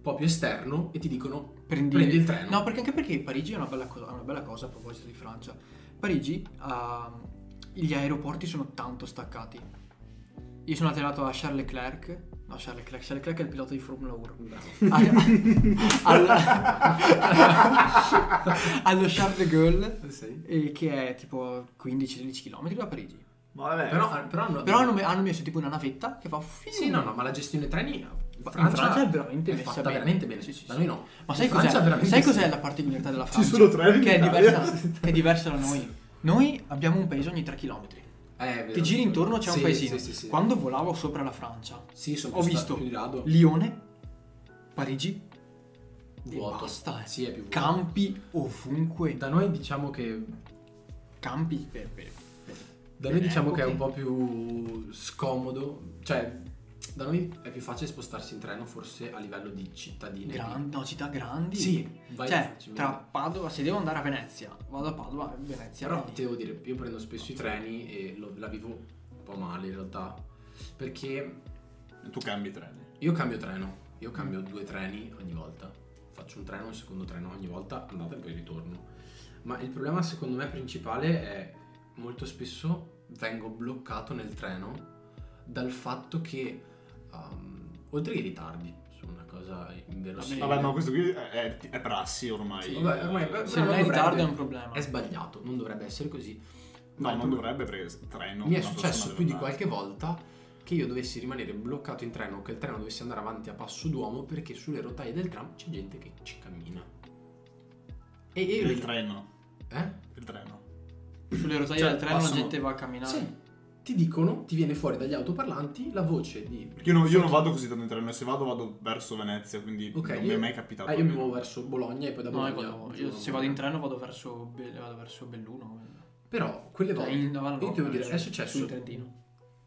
Speaker 1: proprio esterno e ti dicono
Speaker 2: Prendi...
Speaker 1: prendi il treno.
Speaker 2: No, perché anche perché Parigi è una bella cosa, una bella cosa a proposito di Francia. Parigi, ah, gli aeroporti sono tanto staccati. Io sono atterrato a Charles Leclerc. No, Charles Leclerc. Charles Leclerc è il pilota di Formula 1.
Speaker 1: Bravo.
Speaker 2: Al- al- allo Charles de Gaulle,
Speaker 1: Sì. Eh,
Speaker 2: eh, che è tipo 15-16 km da Parigi.
Speaker 3: Ma vabbè.
Speaker 1: Però, però hanno,
Speaker 2: Però hanno, me- hanno messo tipo una navetta che fa... fiu.
Speaker 1: Sì, no, no, ma la gestione treni in
Speaker 2: Francia
Speaker 1: Francia,
Speaker 2: è veramente messa
Speaker 1: fatta
Speaker 2: bene.
Speaker 1: veramente bene.
Speaker 2: Sì, sì,
Speaker 1: da
Speaker 2: sì.
Speaker 1: noi no.
Speaker 2: Ma
Speaker 1: In
Speaker 2: sai
Speaker 1: Francia
Speaker 2: cos'è,
Speaker 1: veramente
Speaker 2: sai
Speaker 1: sì.
Speaker 2: cos'è la particolarità della Francia?
Speaker 3: sono tre in
Speaker 2: che è,
Speaker 3: Italia.
Speaker 2: diversa, che è diversa da noi. Noi abbiamo un paese ogni 3 km.
Speaker 1: Eh, è vero.
Speaker 2: Ti giri intorno c'è
Speaker 1: Sì,
Speaker 2: un paesino.
Speaker 1: Sì, sì, sì.
Speaker 2: Quando volavo sopra la Francia,
Speaker 1: Sì, sono
Speaker 2: ho
Speaker 1: più sta-
Speaker 2: visto
Speaker 1: più di rado.
Speaker 2: Lione, Parigi,
Speaker 1: Vuoto.
Speaker 2: e basta. eh.
Speaker 1: Sì, è più vuoto.
Speaker 2: Campi ovunque.
Speaker 1: Da noi diciamo che
Speaker 2: Campi eh, per, per-
Speaker 1: Da noi
Speaker 2: Per
Speaker 1: diciamo che è un po'
Speaker 2: epoche.
Speaker 1: più scomodo, cioè da noi è più facile spostarsi in treno forse a livello di cittadine.
Speaker 2: gran- no, città grandi.
Speaker 1: Sì, vai
Speaker 2: cioè,
Speaker 1: facilmente.
Speaker 2: tra Padova, se devo andare a Venezia, vado a Padova e Venezia.
Speaker 1: Però
Speaker 2: quindi-
Speaker 1: ti devo dire, io prendo spesso i treni e lo- la vivo un po' male in realtà, perché
Speaker 3: Tu cambi treni.
Speaker 1: io cambio treno, io
Speaker 3: Mm.
Speaker 1: cambio due treni ogni volta, faccio un treno, un secondo treno ogni volta, andata e poi ritorno. Ma il problema secondo me principale è molto spesso vengo bloccato nel treno dal fatto che um, oltre che i ritardi sono una cosa inverosimile.
Speaker 3: Vabbè, ma questo qui è, è prassi ormai. Eh,
Speaker 1: Sì, vabbè, ormai-
Speaker 3: No,
Speaker 2: se
Speaker 1: no,
Speaker 2: non
Speaker 1: non
Speaker 2: è in ritardo
Speaker 1: dovrebbe.
Speaker 2: è un problema.
Speaker 1: è sbagliato, non dovrebbe essere così. il
Speaker 3: non
Speaker 1: pro-
Speaker 3: dovrebbe perché s- treno.
Speaker 1: mi è
Speaker 3: una
Speaker 1: successo
Speaker 3: persona
Speaker 1: più di
Speaker 3: deve andare.
Speaker 1: qualche volta che io dovessi rimanere bloccato in treno o che il treno dovesse andare avanti a passo d'uomo perché sulle rotaie del tram c'è gente che ci cammina. E io...
Speaker 3: Il treno.
Speaker 1: Eh?
Speaker 3: Il treno.
Speaker 2: Sulle rotaie
Speaker 3: Cioè,
Speaker 2: del treno la
Speaker 3: passano-
Speaker 2: gente va a camminare.
Speaker 1: Sì. Ti dicono, ti viene fuori dagli autoparlanti la voce di...
Speaker 3: Perché io, non- io non vado così tanto in treno, e se vado vado verso Venezia, quindi
Speaker 1: Ok,
Speaker 3: non mi è
Speaker 1: io-
Speaker 3: mai capitato.
Speaker 1: Ah, io mi muovo verso Bologna e poi da
Speaker 2: No,
Speaker 1: Bologna...
Speaker 2: io, vado-
Speaker 1: giù
Speaker 2: io
Speaker 1: a
Speaker 2: se vado in treno vado verso, Be- vado verso Belluno.
Speaker 1: Però quelle
Speaker 2: Cioè,
Speaker 1: volte...
Speaker 2: in- vado-
Speaker 1: io devo dire,
Speaker 2: su-
Speaker 1: è
Speaker 2: sul
Speaker 1: successo
Speaker 2: Trentino.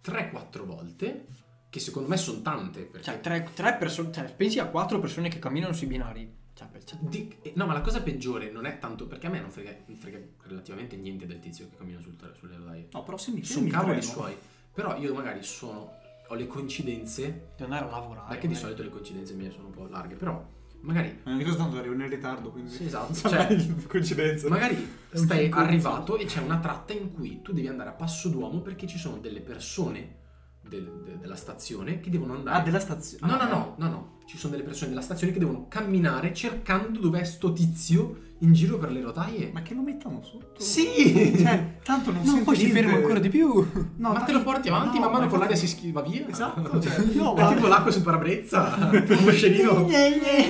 Speaker 1: 3-4 volte, che secondo me sono tante, perché
Speaker 2: Cioè, tre, tre persone, cioè, pensi a quattro persone che camminano sui binari. Cioè, per- cioè,
Speaker 1: Di- eh, no, ma la cosa peggiore non è tanto perché a me non frega, non frega relativamente niente del tizio che cammina sul, tra- sulle rotaie.
Speaker 3: No, però se mi
Speaker 1: Sono
Speaker 3: fermi il
Speaker 1: cavoli
Speaker 3: treno...
Speaker 1: suoi. Però io magari sono. Ho le coincidenze.
Speaker 2: devo andare a
Speaker 3: Ah,
Speaker 2: lavorare. eh.
Speaker 1: Perché di
Speaker 2: magari.
Speaker 1: solito le coincidenze mie sono un po' larghe. Però magari.
Speaker 3: Eh, Io tanto arrivo in ritardo, quindi...
Speaker 1: Sì, esatto.
Speaker 3: Cioè,
Speaker 1: Cioè,
Speaker 3: coincidenza.
Speaker 1: magari
Speaker 3: È un
Speaker 1: stai
Speaker 3: circo
Speaker 1: arrivato e c'è una tratta in cui tu devi andare a passo d'uomo perché ci sono delle persone del- de- della stazione che devono andare.
Speaker 3: Ah, della stazione.
Speaker 1: No, no, no, no, no. Ci sono delle persone della stazione che devono camminare cercando dov'è sto tizio in giro per le rotaie.
Speaker 3: Ma che lo mettono sotto?
Speaker 1: Sì!
Speaker 3: Cioè, tanto non
Speaker 2: No,
Speaker 3: sento
Speaker 2: poi si
Speaker 3: niente.
Speaker 2: ferma ancora di più.
Speaker 3: No,
Speaker 1: ma te lo porti avanti
Speaker 3: no,
Speaker 1: man mano
Speaker 3: ma-
Speaker 1: con l'aria si schiva via?
Speaker 3: Esatto, cioè,
Speaker 1: no,
Speaker 3: no,
Speaker 1: è
Speaker 3: ma-
Speaker 1: tipo l'acqua su parabrezza, un moscerino.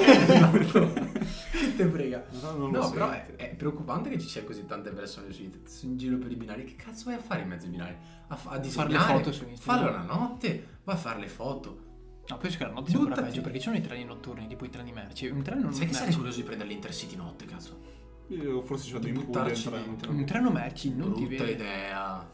Speaker 1: Esatto. che te frega.
Speaker 3: No, non lo
Speaker 1: No,
Speaker 3: so.
Speaker 1: però è, è preoccupante che ci siano così tante persone sui- in giro per i binari. Che cazzo vai a fare in mezzo ai binari? A, fa- a
Speaker 2: Fare le
Speaker 1: disegnare?
Speaker 2: foto su Instagram.
Speaker 1: Fallo la notte, va a fare le foto.
Speaker 2: No, penso che la notte sia ancora
Speaker 1: Buttati.
Speaker 2: peggio perché ci sono i treni notturni, tipo i treni merci. Un treno non
Speaker 1: Sai che
Speaker 2: merci.
Speaker 1: sarei curioso di prendere l'Intercity notte, cazzo?
Speaker 3: Io forse ci vado
Speaker 1: Di
Speaker 3: in Puglia in
Speaker 1: buttarci
Speaker 3: treno.
Speaker 1: dentro.
Speaker 2: Un treno merci non ti
Speaker 1: Brutta
Speaker 2: vede.
Speaker 1: idea.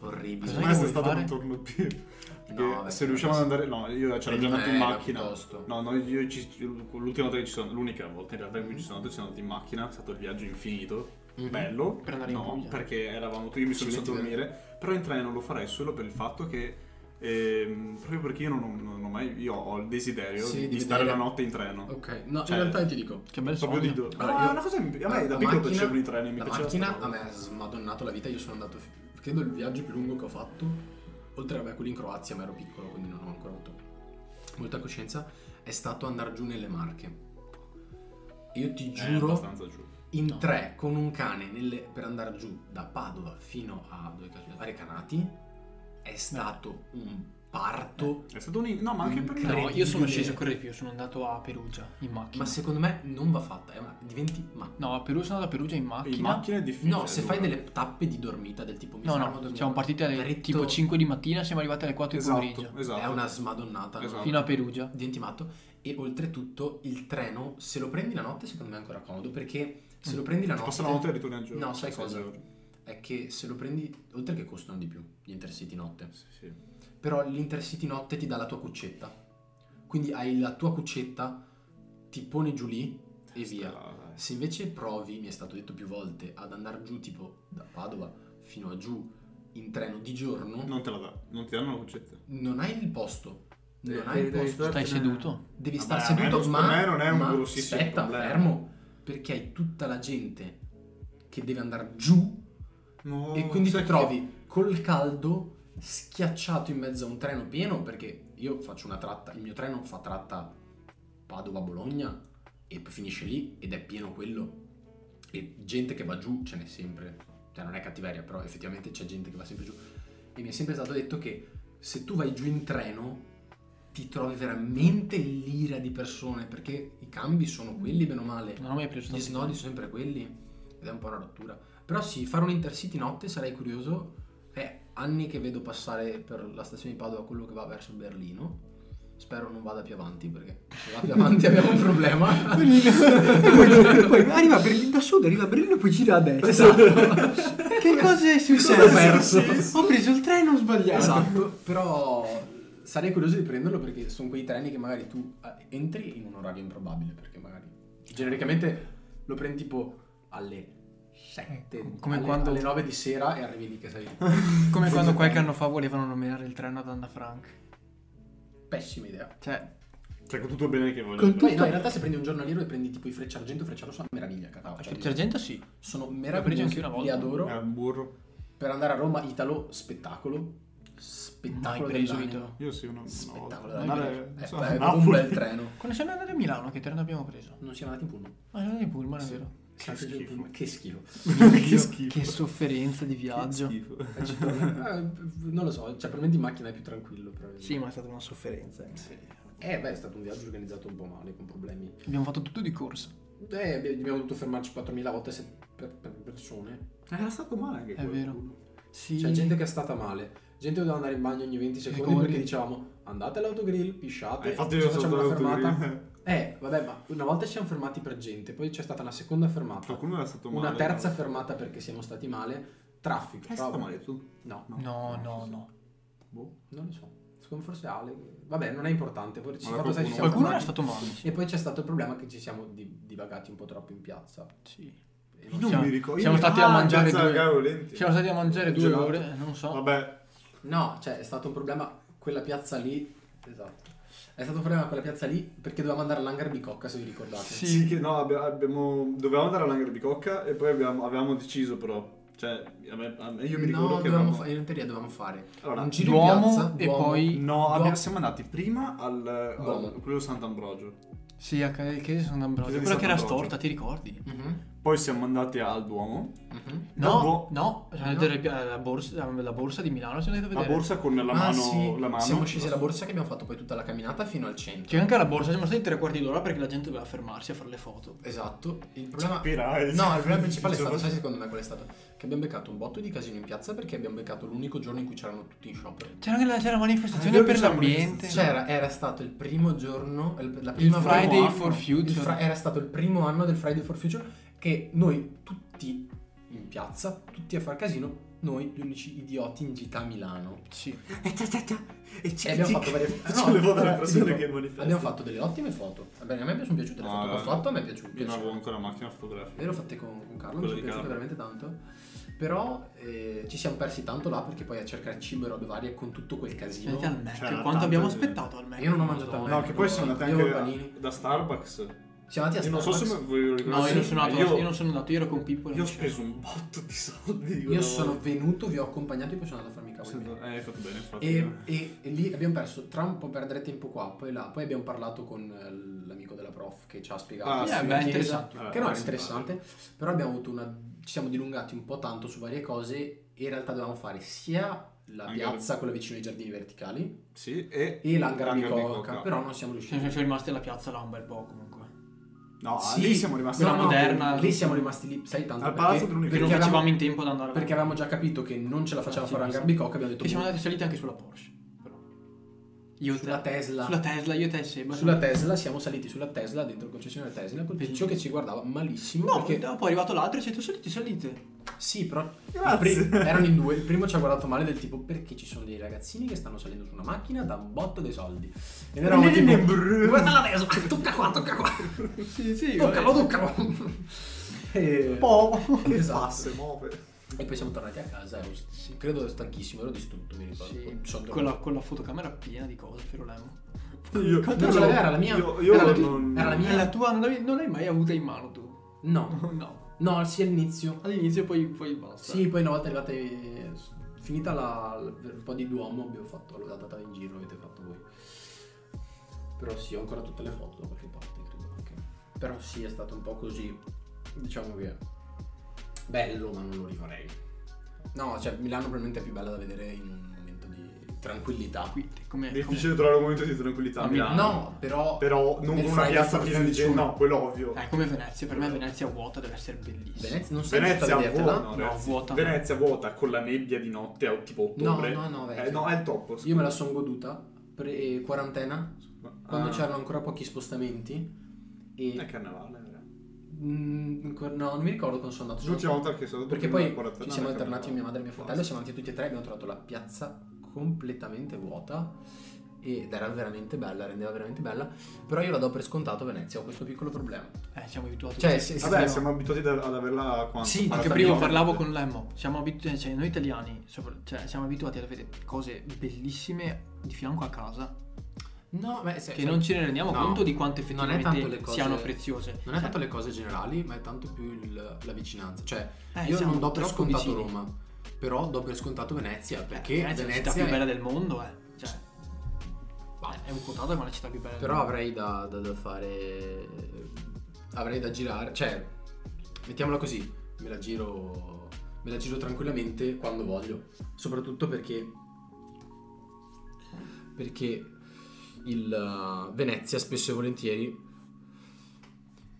Speaker 1: Orribile.
Speaker 2: Cosa
Speaker 3: Ma se è
Speaker 2: vuoi
Speaker 3: stato
Speaker 2: fare?
Speaker 3: un torno più. Perché
Speaker 1: vabbè,
Speaker 3: se riusciamo ad andare. No, io ci ho
Speaker 1: Prendi
Speaker 3: ragionato in
Speaker 1: una
Speaker 3: macchina.
Speaker 1: piuttosto.
Speaker 3: No, no, io ci- l'ultima volta che ci sono. L'unica volta in realtà in cui ci sono andato, ci sono andato in macchina. È stato il viaggio infinito.
Speaker 1: Mhm.
Speaker 3: Bello.
Speaker 2: Per andare in
Speaker 3: no,
Speaker 2: Puglia.
Speaker 3: Perché eravamo tu, io mi sono messo a
Speaker 1: Accidenti,
Speaker 3: dormire. Però in treno lo farei solo per il fatto che. ehm, proprio perché io non ho, non ho mai. Io ho il desiderio
Speaker 1: Sì,
Speaker 3: di,
Speaker 1: di
Speaker 3: stare la
Speaker 1: vedere.
Speaker 3: notte in treno.
Speaker 1: Ok, no,
Speaker 3: Cioè-
Speaker 1: in realtà io ti dico.
Speaker 2: Che bel
Speaker 3: Proprio di
Speaker 2: sogno.
Speaker 3: do-
Speaker 1: Allora, Ah, io-
Speaker 3: No, è Ah, una cosa. mi- A me da
Speaker 1: la
Speaker 3: piccolo
Speaker 1: macchina-
Speaker 3: piacevano i treni. Mi
Speaker 1: la
Speaker 3: piaceva sta
Speaker 1: macchina
Speaker 3: cosa.
Speaker 1: a me ha smadonnato la vita. Io sono andato, fi- credo, il viaggio più lungo che ho fatto. Oltre a quello in Croazia, ma ero piccolo, quindi non ho ancora avuto molta coscienza. È stato andare giù nelle Marche. Io ti
Speaker 3: Eh,
Speaker 1: giuro,
Speaker 3: abbastanza giù.
Speaker 1: in
Speaker 2: No.
Speaker 1: tre con un cane nelle- per andare giù da Padova fino a, dove cazzo- a Recanati è stato un parto.
Speaker 3: È stato un. No, ma anche per me.
Speaker 2: No, io sono
Speaker 1: Incredibile.
Speaker 2: sceso ancora di più, sono andato a Perugia in
Speaker 3: Eh.
Speaker 2: macchina.
Speaker 1: Ma secondo me non va fatta. È una, diventi ma.
Speaker 2: No, a Perugia sono andato a Perugia in macchina.
Speaker 3: In macchina è difficile.
Speaker 1: No, se
Speaker 3: è
Speaker 1: fai
Speaker 3: dura.
Speaker 1: delle tappe di dormita del tipo mi
Speaker 2: No,
Speaker 1: fermo a
Speaker 2: no,
Speaker 1: dormire,
Speaker 2: siamo partiti alle
Speaker 1: dritto-
Speaker 2: tipo 5 di mattina, siamo arrivati alle 4 di
Speaker 3: Esatto,
Speaker 2: pomeriggio.
Speaker 3: esatto.
Speaker 1: È una smadonnata. no?
Speaker 3: Esatto.
Speaker 2: Fino a Perugia.
Speaker 1: Diventi matto. E oltretutto il treno, se lo prendi la notte, secondo me è ancora comodo. Perché se
Speaker 2: Mm.
Speaker 1: lo prendi la
Speaker 3: Ti
Speaker 1: notte.
Speaker 3: Passa la notte e ritorni a giorno.
Speaker 1: No, sai
Speaker 3: Sì,
Speaker 1: cosa?
Speaker 3: sì,
Speaker 1: È che se lo prendi. Oltre che costano di più gli intercity notte.
Speaker 3: Sì, sì.
Speaker 1: Però l'intercity notte ti dà la tua cuccetta. Quindi hai la tua cuccetta, ti poni giù lì e via.
Speaker 3: Stella, dai.
Speaker 1: Se invece provi, mi è stato detto più volte, ad andare giù tipo da Padova fino a giù in treno di giorno,
Speaker 3: Non te la dà, non ti danno la cuccetta.
Speaker 1: non hai il posto. Non
Speaker 3: Eh,
Speaker 1: hai il
Speaker 3: devi
Speaker 1: posto.
Speaker 3: startene-
Speaker 2: Stai seduto?
Speaker 1: Devi
Speaker 3: Vabbè,
Speaker 1: star
Speaker 3: a me
Speaker 1: seduto,
Speaker 3: non-
Speaker 1: ma,
Speaker 3: per me non è un
Speaker 1: ma
Speaker 3: grossissimo
Speaker 1: aspetta,
Speaker 3: problema.
Speaker 1: fermo, perché hai tutta la gente che deve andare giù
Speaker 3: No,
Speaker 1: e quindi ti
Speaker 3: sai
Speaker 1: trovi col caldo schiacciato in mezzo a un treno pieno perché io faccio una tratta, il mio treno fa tratta Padova-Bologna e poi finisce lì ed è pieno quello e gente che va giù ce n'è sempre, cioè non è cattiveria però effettivamente c'è gente che va sempre giù e mi è sempre stato detto che se tu vai giù in treno ti trovi veramente l'ira di persone perché i cambi sono quelli bene o male
Speaker 2: Non ho mai preso
Speaker 1: gli snodi sono sempre quelli ed è un po' una rottura però sì fare un intercity notte sarei curioso è anni che vedo passare per la stazione di Padova quello che va verso Berlino spero non vada più avanti perché se va più avanti abbiamo un problema
Speaker 2: poi, poi arriva a Berlino da sud, arriva a Berlino e poi gira a destra. che cosa è successo?
Speaker 1: Esatto. Cosa ho perso?
Speaker 2: Ho preso il treno sbagliato.
Speaker 1: Esatto, però sarei curioso di prenderlo perché sono quei treni che magari tu eh, entri in un orario improbabile, perché magari genericamente lo prendi tipo alle 7,
Speaker 2: Eh, Come
Speaker 1: alle,
Speaker 2: quando-
Speaker 1: alle 9 di sera e arrivi lì che sei
Speaker 2: Come quando qualche anno fa volevano nominare il treno ad Anna Frank.
Speaker 1: pessima idea.
Speaker 2: Cioè,
Speaker 3: Cioè, con tutto il bene che voglio.
Speaker 2: Con
Speaker 1: Poi no, in realtà se prendi un giornaliero e prendi tipo i freccia argento, freccia rossa, meraviglia, cacao.
Speaker 2: a
Speaker 1: Cioè,
Speaker 2: Script Ah, Argento sì.
Speaker 1: sono
Speaker 2: preso
Speaker 1: meravigliosi,
Speaker 2: anche una
Speaker 1: li
Speaker 2: volta. Ah.
Speaker 1: adoro.
Speaker 3: Eh, burro.
Speaker 1: Per andare a Roma, Italo, spettacolo. Spettacolo
Speaker 2: Mai preso
Speaker 1: dell'anno.
Speaker 2: Italo.
Speaker 3: Io sì, una, una volta.
Speaker 1: Spettacolo
Speaker 3: Andare,
Speaker 1: dell'anno.
Speaker 3: non
Speaker 1: Eh,
Speaker 3: so,
Speaker 1: beh,
Speaker 3: a
Speaker 1: È proprio un
Speaker 3: Napoli.
Speaker 1: bel treno.
Speaker 2: Quando siamo andati a Milano, che treno abbiamo preso?
Speaker 1: Non siamo andati in pullman.
Speaker 2: Ma siamo andati in pullman, è
Speaker 1: Sì.
Speaker 2: vero?
Speaker 1: Che
Speaker 3: schifo.
Speaker 1: Che schifo.
Speaker 3: che
Speaker 2: Dio,
Speaker 3: schifo.
Speaker 2: Che sofferenza di
Speaker 3: Che
Speaker 2: viaggio.
Speaker 3: schifo.
Speaker 1: Eh, ci
Speaker 2: certo.
Speaker 1: torna- eh, non lo so, cioè probabilmente in macchina è più tranquillo. probabilmente.
Speaker 2: Sì, ma è stata una sofferenza. eh.
Speaker 1: Sì. Eh beh, è stato un viaggio organizzato un po' male, con problemi.
Speaker 2: Abbiamo fatto tutto di corsa.
Speaker 1: Eh, abbi- abbiamo dovuto fermarci 4.000 volte se- per, per persone.
Speaker 4: Era stato male anche
Speaker 2: È vero. Sì.
Speaker 3: Mm.
Speaker 1: C'è gente che è stata male. Gente che doveva andare in bagno ogni 20 secondi
Speaker 2: Secondi.
Speaker 1: perché dicevamo andate all'autogrill, pisciate,
Speaker 3: Eh, infatti
Speaker 1: ci
Speaker 3: io sono
Speaker 1: facciamo una
Speaker 3: andato
Speaker 1: fermata.
Speaker 3: lì.
Speaker 1: Eh, vabbè, ma una volta ci siamo fermati per gente, poi c'è stata una seconda fermata,
Speaker 3: Qualcuno era stato male.
Speaker 1: una terza
Speaker 3: no?
Speaker 1: fermata perché siamo stati male, traffico.
Speaker 4: È
Speaker 1: roba.
Speaker 4: stato male tu?
Speaker 1: No,
Speaker 2: No, no, no.
Speaker 3: Boh.
Speaker 1: non lo so. Secondo me forse Ale. Vabbè, non è importante. Poi ci
Speaker 3: Ma
Speaker 1: fatto sai, ci
Speaker 3: qualcuno-
Speaker 1: siamo
Speaker 2: Qualcuno era
Speaker 1: fermati.
Speaker 2: stato male.
Speaker 1: E poi c'è stato il problema che ci siamo di- divagati un po' troppo in piazza.
Speaker 2: Sì.
Speaker 1: E
Speaker 3: Io
Speaker 1: non
Speaker 3: non
Speaker 1: siamo-
Speaker 3: mi ricordo.
Speaker 2: siamo
Speaker 3: Io-
Speaker 2: stati a
Speaker 3: Ah,
Speaker 2: mangiare
Speaker 3: piazza
Speaker 2: due-
Speaker 3: Gao Lenti.
Speaker 2: Siamo stati a mangiare due
Speaker 3: Gelato.
Speaker 2: ore, non so.
Speaker 3: Vabbè,
Speaker 1: No, cioè è stato un problema quella piazza lì. Esatto. È stato un problema quella piazza lì perché dovevamo andare all'hangar Bicocca, se vi ricordate.
Speaker 2: Sì.
Speaker 3: sì, che no, abbi- abbiamo, dovevamo andare all'angolo di cocca e poi abbiamo, avevamo deciso però, cioè, a me- a me- io mi ricordo
Speaker 1: no,
Speaker 3: che
Speaker 1: dovevamo
Speaker 3: avevamo...
Speaker 1: fa- in teoria dovevamo fare
Speaker 3: Allora,
Speaker 1: un giro in
Speaker 2: Duomo
Speaker 1: piazza
Speaker 2: e
Speaker 1: Duomo.
Speaker 2: poi-
Speaker 3: No,
Speaker 1: Do-
Speaker 3: abbiamo- siamo andati prima al, al-
Speaker 1: Dove?
Speaker 3: quello Sant'Ambrogio,
Speaker 2: Sì, a Ca- Chiesa di San Ambrogio.
Speaker 3: Chiesa di
Speaker 2: Quella che era
Speaker 3: Sant'Ambrogio.
Speaker 2: storta, ti ricordi?
Speaker 1: Mhm,
Speaker 3: poi siamo andati al Duomo,
Speaker 1: mhm.
Speaker 3: No,
Speaker 2: No,
Speaker 3: boh.
Speaker 2: no,
Speaker 1: No.
Speaker 2: siamo andati alla borsa, alla borsa di Milano, siamo andati a
Speaker 3: la
Speaker 2: vedere.
Speaker 3: borsa con la
Speaker 1: Ah,
Speaker 3: mano,
Speaker 1: sì,
Speaker 3: la mano.
Speaker 1: Siamo scesi alla borsa che abbiamo fatto poi tutta la camminata fino al centro.
Speaker 2: Che anche alla borsa siamo stati tre quarti d'ora perché la gente doveva fermarsi a fare le foto.
Speaker 1: Esatto. Il problema
Speaker 3: Capirai.
Speaker 1: No, il problema principale è
Speaker 3: Sì,
Speaker 1: stato,
Speaker 3: sì.
Speaker 1: sai secondo me qual è stato? Che abbiamo beccato un botto di casino in piazza perché abbiamo beccato l'unico giorno in cui c'erano tutti in sciopero.
Speaker 2: C'era anche la, c'era la
Speaker 3: Ah, è
Speaker 2: manifestazione
Speaker 3: vero
Speaker 2: per
Speaker 3: che c'era
Speaker 2: l'ambiente.
Speaker 1: C'era, era stato il primo giorno, il- la
Speaker 2: il
Speaker 1: prima
Speaker 2: Friday
Speaker 3: anno.
Speaker 2: for
Speaker 1: il
Speaker 2: Future.
Speaker 1: fra- era stato il primo anno del Friday for Future che noi tutti in piazza, tutti a far casino, noi gli unici idioti in gita a Milano.
Speaker 2: Sì.
Speaker 4: E ta ta ta. E
Speaker 1: E abbiamo fatto varie
Speaker 4: Ci
Speaker 1: no,
Speaker 4: volevo delle
Speaker 1: guarda,
Speaker 4: persone
Speaker 1: io-
Speaker 4: che manifestano.
Speaker 1: Abbiamo fatto delle ottime foto. Vabbè, a me sono piaciute le
Speaker 3: No,
Speaker 1: foto che ho
Speaker 3: no.
Speaker 1: fatto, a me è piaciuto. Eh,
Speaker 3: Io non avevo ancora la macchina fotografica.
Speaker 1: Io l'ho fatte con, con Carlo, mi sono
Speaker 3: Quello di
Speaker 1: piaciute
Speaker 3: Carlo.
Speaker 1: veramente tanto. Però eh, ci siamo persi tanto là perché poi a cercare cibo e robe varie con tutto quel
Speaker 2: Siamo
Speaker 1: casino.
Speaker 2: andati al Mac.
Speaker 3: C'era
Speaker 2: cioè, Quanto
Speaker 3: tanta
Speaker 2: abbiamo
Speaker 3: gente.
Speaker 2: aspettato al Mac?
Speaker 1: Io non ho mangiato al
Speaker 2: Madonna.
Speaker 3: No, che poi siamo andati
Speaker 1: Abbiamo
Speaker 3: anche
Speaker 1: panini.
Speaker 3: da Starbucks.
Speaker 1: Siamo andati
Speaker 3: Io
Speaker 1: a
Speaker 3: non so
Speaker 1: Starbucks.
Speaker 3: se voi lo ricordate.
Speaker 2: No, io non sono andato,
Speaker 3: Io,
Speaker 2: io non sono andato, io ero con Pippo. e
Speaker 3: io ho
Speaker 2: non c'era.
Speaker 3: speso un botto di soldi.
Speaker 1: Io sono venuto, vi ho accompagnato e poi sono andato a farmi i cavoli miei.
Speaker 3: Eh, hai fatto bene, infatti.
Speaker 1: E, e- e lì abbiamo perso tra un po' perdere tempo qua, poi là, poi abbiamo parlato con eh, l'amico della prof che ci ha spiegato
Speaker 3: Ah,
Speaker 1: la
Speaker 3: sì,
Speaker 1: chiesa,
Speaker 2: beh, interessante.
Speaker 3: Eh,
Speaker 1: che non
Speaker 3: eh,
Speaker 1: era
Speaker 3: sì,
Speaker 1: interessante, però abbiamo avuto una ci siamo dilungati un po' tanto su varie cose e in realtà dovevamo fare sia la
Speaker 3: Anche
Speaker 1: piazza, quella vicino ai giardini verticali,
Speaker 3: Sì, e...
Speaker 1: e l'hangar di
Speaker 3: L'hangar di
Speaker 1: Coca,
Speaker 3: Coca.
Speaker 1: però non siamo
Speaker 2: Siamo,
Speaker 1: riusciti. Ah,
Speaker 2: siamo Cioè, rimasti alla piazza là un bel po' comunque.
Speaker 3: No,
Speaker 1: Sì,
Speaker 3: lì siamo rimasti...
Speaker 2: quella
Speaker 1: no, no,
Speaker 2: moderna.
Speaker 1: Lì siamo rimasti lì, sai tanto
Speaker 3: Al
Speaker 1: perché,
Speaker 3: Palazzo dell'Università.
Speaker 2: Perché
Speaker 1: perché
Speaker 2: non
Speaker 1: avevamo-
Speaker 2: facevamo in tempo ad andare
Speaker 1: perché avevamo già capito che non ce la facciamo
Speaker 2: Ah, sì,
Speaker 1: fare
Speaker 2: sì.
Speaker 1: l'hangar di Coca, abbiamo detto boh.
Speaker 2: E siamo andati saliti anche sulla Porsche. Però. Io e
Speaker 1: sulla
Speaker 2: te.
Speaker 1: Tesla.
Speaker 2: Sulla Tesla, io e te e Seba.
Speaker 1: Sulla Tesla siamo saliti sulla Tesla dentro il concessionario Tesla col tizio che ci guardava malissimo
Speaker 2: No,
Speaker 1: perché
Speaker 2: dopo è arrivato l'altro e ci ha detto salite, salite.
Speaker 1: sì, però
Speaker 3: Grazie.
Speaker 1: il pri- erano in due. Il primo ci ha guardato male del tipo perché ci sono dei ragazzini che stanno salendo su una macchina da un botto dei soldi. E noi eravamo tipo guarda la Tesla, tocca qua, tocca qua.
Speaker 2: Sì, sì.
Speaker 1: Toccalo, toccalo. E...
Speaker 3: po'
Speaker 1: Che
Speaker 3: che
Speaker 1: Eh, Esatto.
Speaker 3: fasse
Speaker 1: fasse,
Speaker 3: muove.
Speaker 1: e poi siamo tornati a casa, ero st- credo ero stanchissimo, ero distrutto, mi ricordo. Sono
Speaker 2: con, la, con la fotocamera piena di cose, Firolemo.
Speaker 3: Io,
Speaker 1: dormito. Non ce l'aveva, cioè, era la mia.
Speaker 3: Io, io
Speaker 1: era, la
Speaker 3: non...
Speaker 1: era la
Speaker 2: E
Speaker 1: mia.
Speaker 2: la tua non l'hai, non l'hai mai avuta in mano tu?
Speaker 1: No,
Speaker 2: No.
Speaker 1: no, sì, all'inizio.
Speaker 2: All'inizio poi, poi basta.
Speaker 1: Sì, poi una volta arrivate, eh, finita la, la- un po' di Duomo, abbiamo fatto, l'ho datata in giro, avete fatto voi. Però sì, ho ancora tutte le foto da qualche parte, credo anche. Però sì, è stato un po' così, diciamo che bello, ma non lo rifarei. No, cioè Milano probabilmente è più bella da vedere in un tranquillità.
Speaker 2: Qui, come,
Speaker 3: Difficile trovare un momento di tranquillità a
Speaker 2: A Milano.
Speaker 3: Milano.
Speaker 1: No, però...
Speaker 3: Però non
Speaker 1: Per
Speaker 3: con una
Speaker 1: fare
Speaker 3: piazza
Speaker 1: questo
Speaker 3: piena di gente,
Speaker 1: switchone.
Speaker 3: no, quello ovvio.
Speaker 2: come, eh, come Venezia, per me Venezia vuota deve essere bellissima.
Speaker 1: Venezia non sei
Speaker 3: Venezia
Speaker 1: riuscita a
Speaker 3: vuota,
Speaker 1: vedertela?
Speaker 3: no,
Speaker 2: No,
Speaker 3: ragazzi.
Speaker 2: vuota.
Speaker 3: Venezia vuota con la nebbia di notte a tipo ottobre.
Speaker 1: No, no, no, vecchio.
Speaker 3: Eh, no, è il top. scusa.
Speaker 1: Io me la sono goduta, pre- quarantena, quando
Speaker 3: Ah, Eh,
Speaker 1: c'erano ancora pochi spostamenti. E
Speaker 3: È carnevale, vero.
Speaker 1: Mm, que- no, non mi ricordo quando sono andato. sono-
Speaker 3: L'ultima volta che sono stato
Speaker 1: Perché
Speaker 3: prima
Speaker 1: poi
Speaker 3: della quarantena
Speaker 1: ci siamo
Speaker 3: era
Speaker 1: alternati
Speaker 3: carnevale.
Speaker 1: mia madre e mio fratello, siamo andati tutti e tre, abbiamo trovato la piazza completamente vuota ed era veramente bella, rendeva veramente bella, però io la do per scontato a Venezia, ho questo piccolo problema.
Speaker 2: Eh, siamo abituati.
Speaker 1: Cioè, se- se-
Speaker 3: Vabbè, siamo abituati da- ad averla quanto?
Speaker 1: Sì,
Speaker 2: Anche
Speaker 1: Guarda,
Speaker 2: prima
Speaker 1: io-
Speaker 2: parlavo con l'Emmo, siamo abituati, cioè noi italiani sopra- cioè, siamo abituati ad avere cose bellissime di fianco a casa
Speaker 1: No, beh, se-
Speaker 2: che
Speaker 1: se-
Speaker 2: non ce ne rendiamo
Speaker 1: Eh, no.
Speaker 2: conto di quanto
Speaker 1: Non è tanto le
Speaker 2: effettivamente
Speaker 1: cose-
Speaker 2: siano preziose.
Speaker 1: Non è tanto
Speaker 2: Cioè,
Speaker 1: le cose generali, ma è tanto più il- la vicinanza. Cioè,
Speaker 2: eh,
Speaker 1: io
Speaker 2: siamo
Speaker 1: non do per
Speaker 2: troppo
Speaker 1: scontato
Speaker 2: vicini.
Speaker 1: Roma, però do per scontato Venezia,
Speaker 2: Eh,
Speaker 1: perché
Speaker 2: Venezia è la città
Speaker 1: Venezia...
Speaker 2: più
Speaker 1: è-
Speaker 2: bella del mondo, eh. Cioè, eh, è un quotato come la città più bella del
Speaker 1: Però
Speaker 2: mondo.
Speaker 1: avrei da, da- da fare. Avrei da girare. Cioè, mettiamola così. Me la giro. Me la giro tranquillamente quando voglio. Soprattutto perché. Perché il uh, Venezia spesso e volentieri.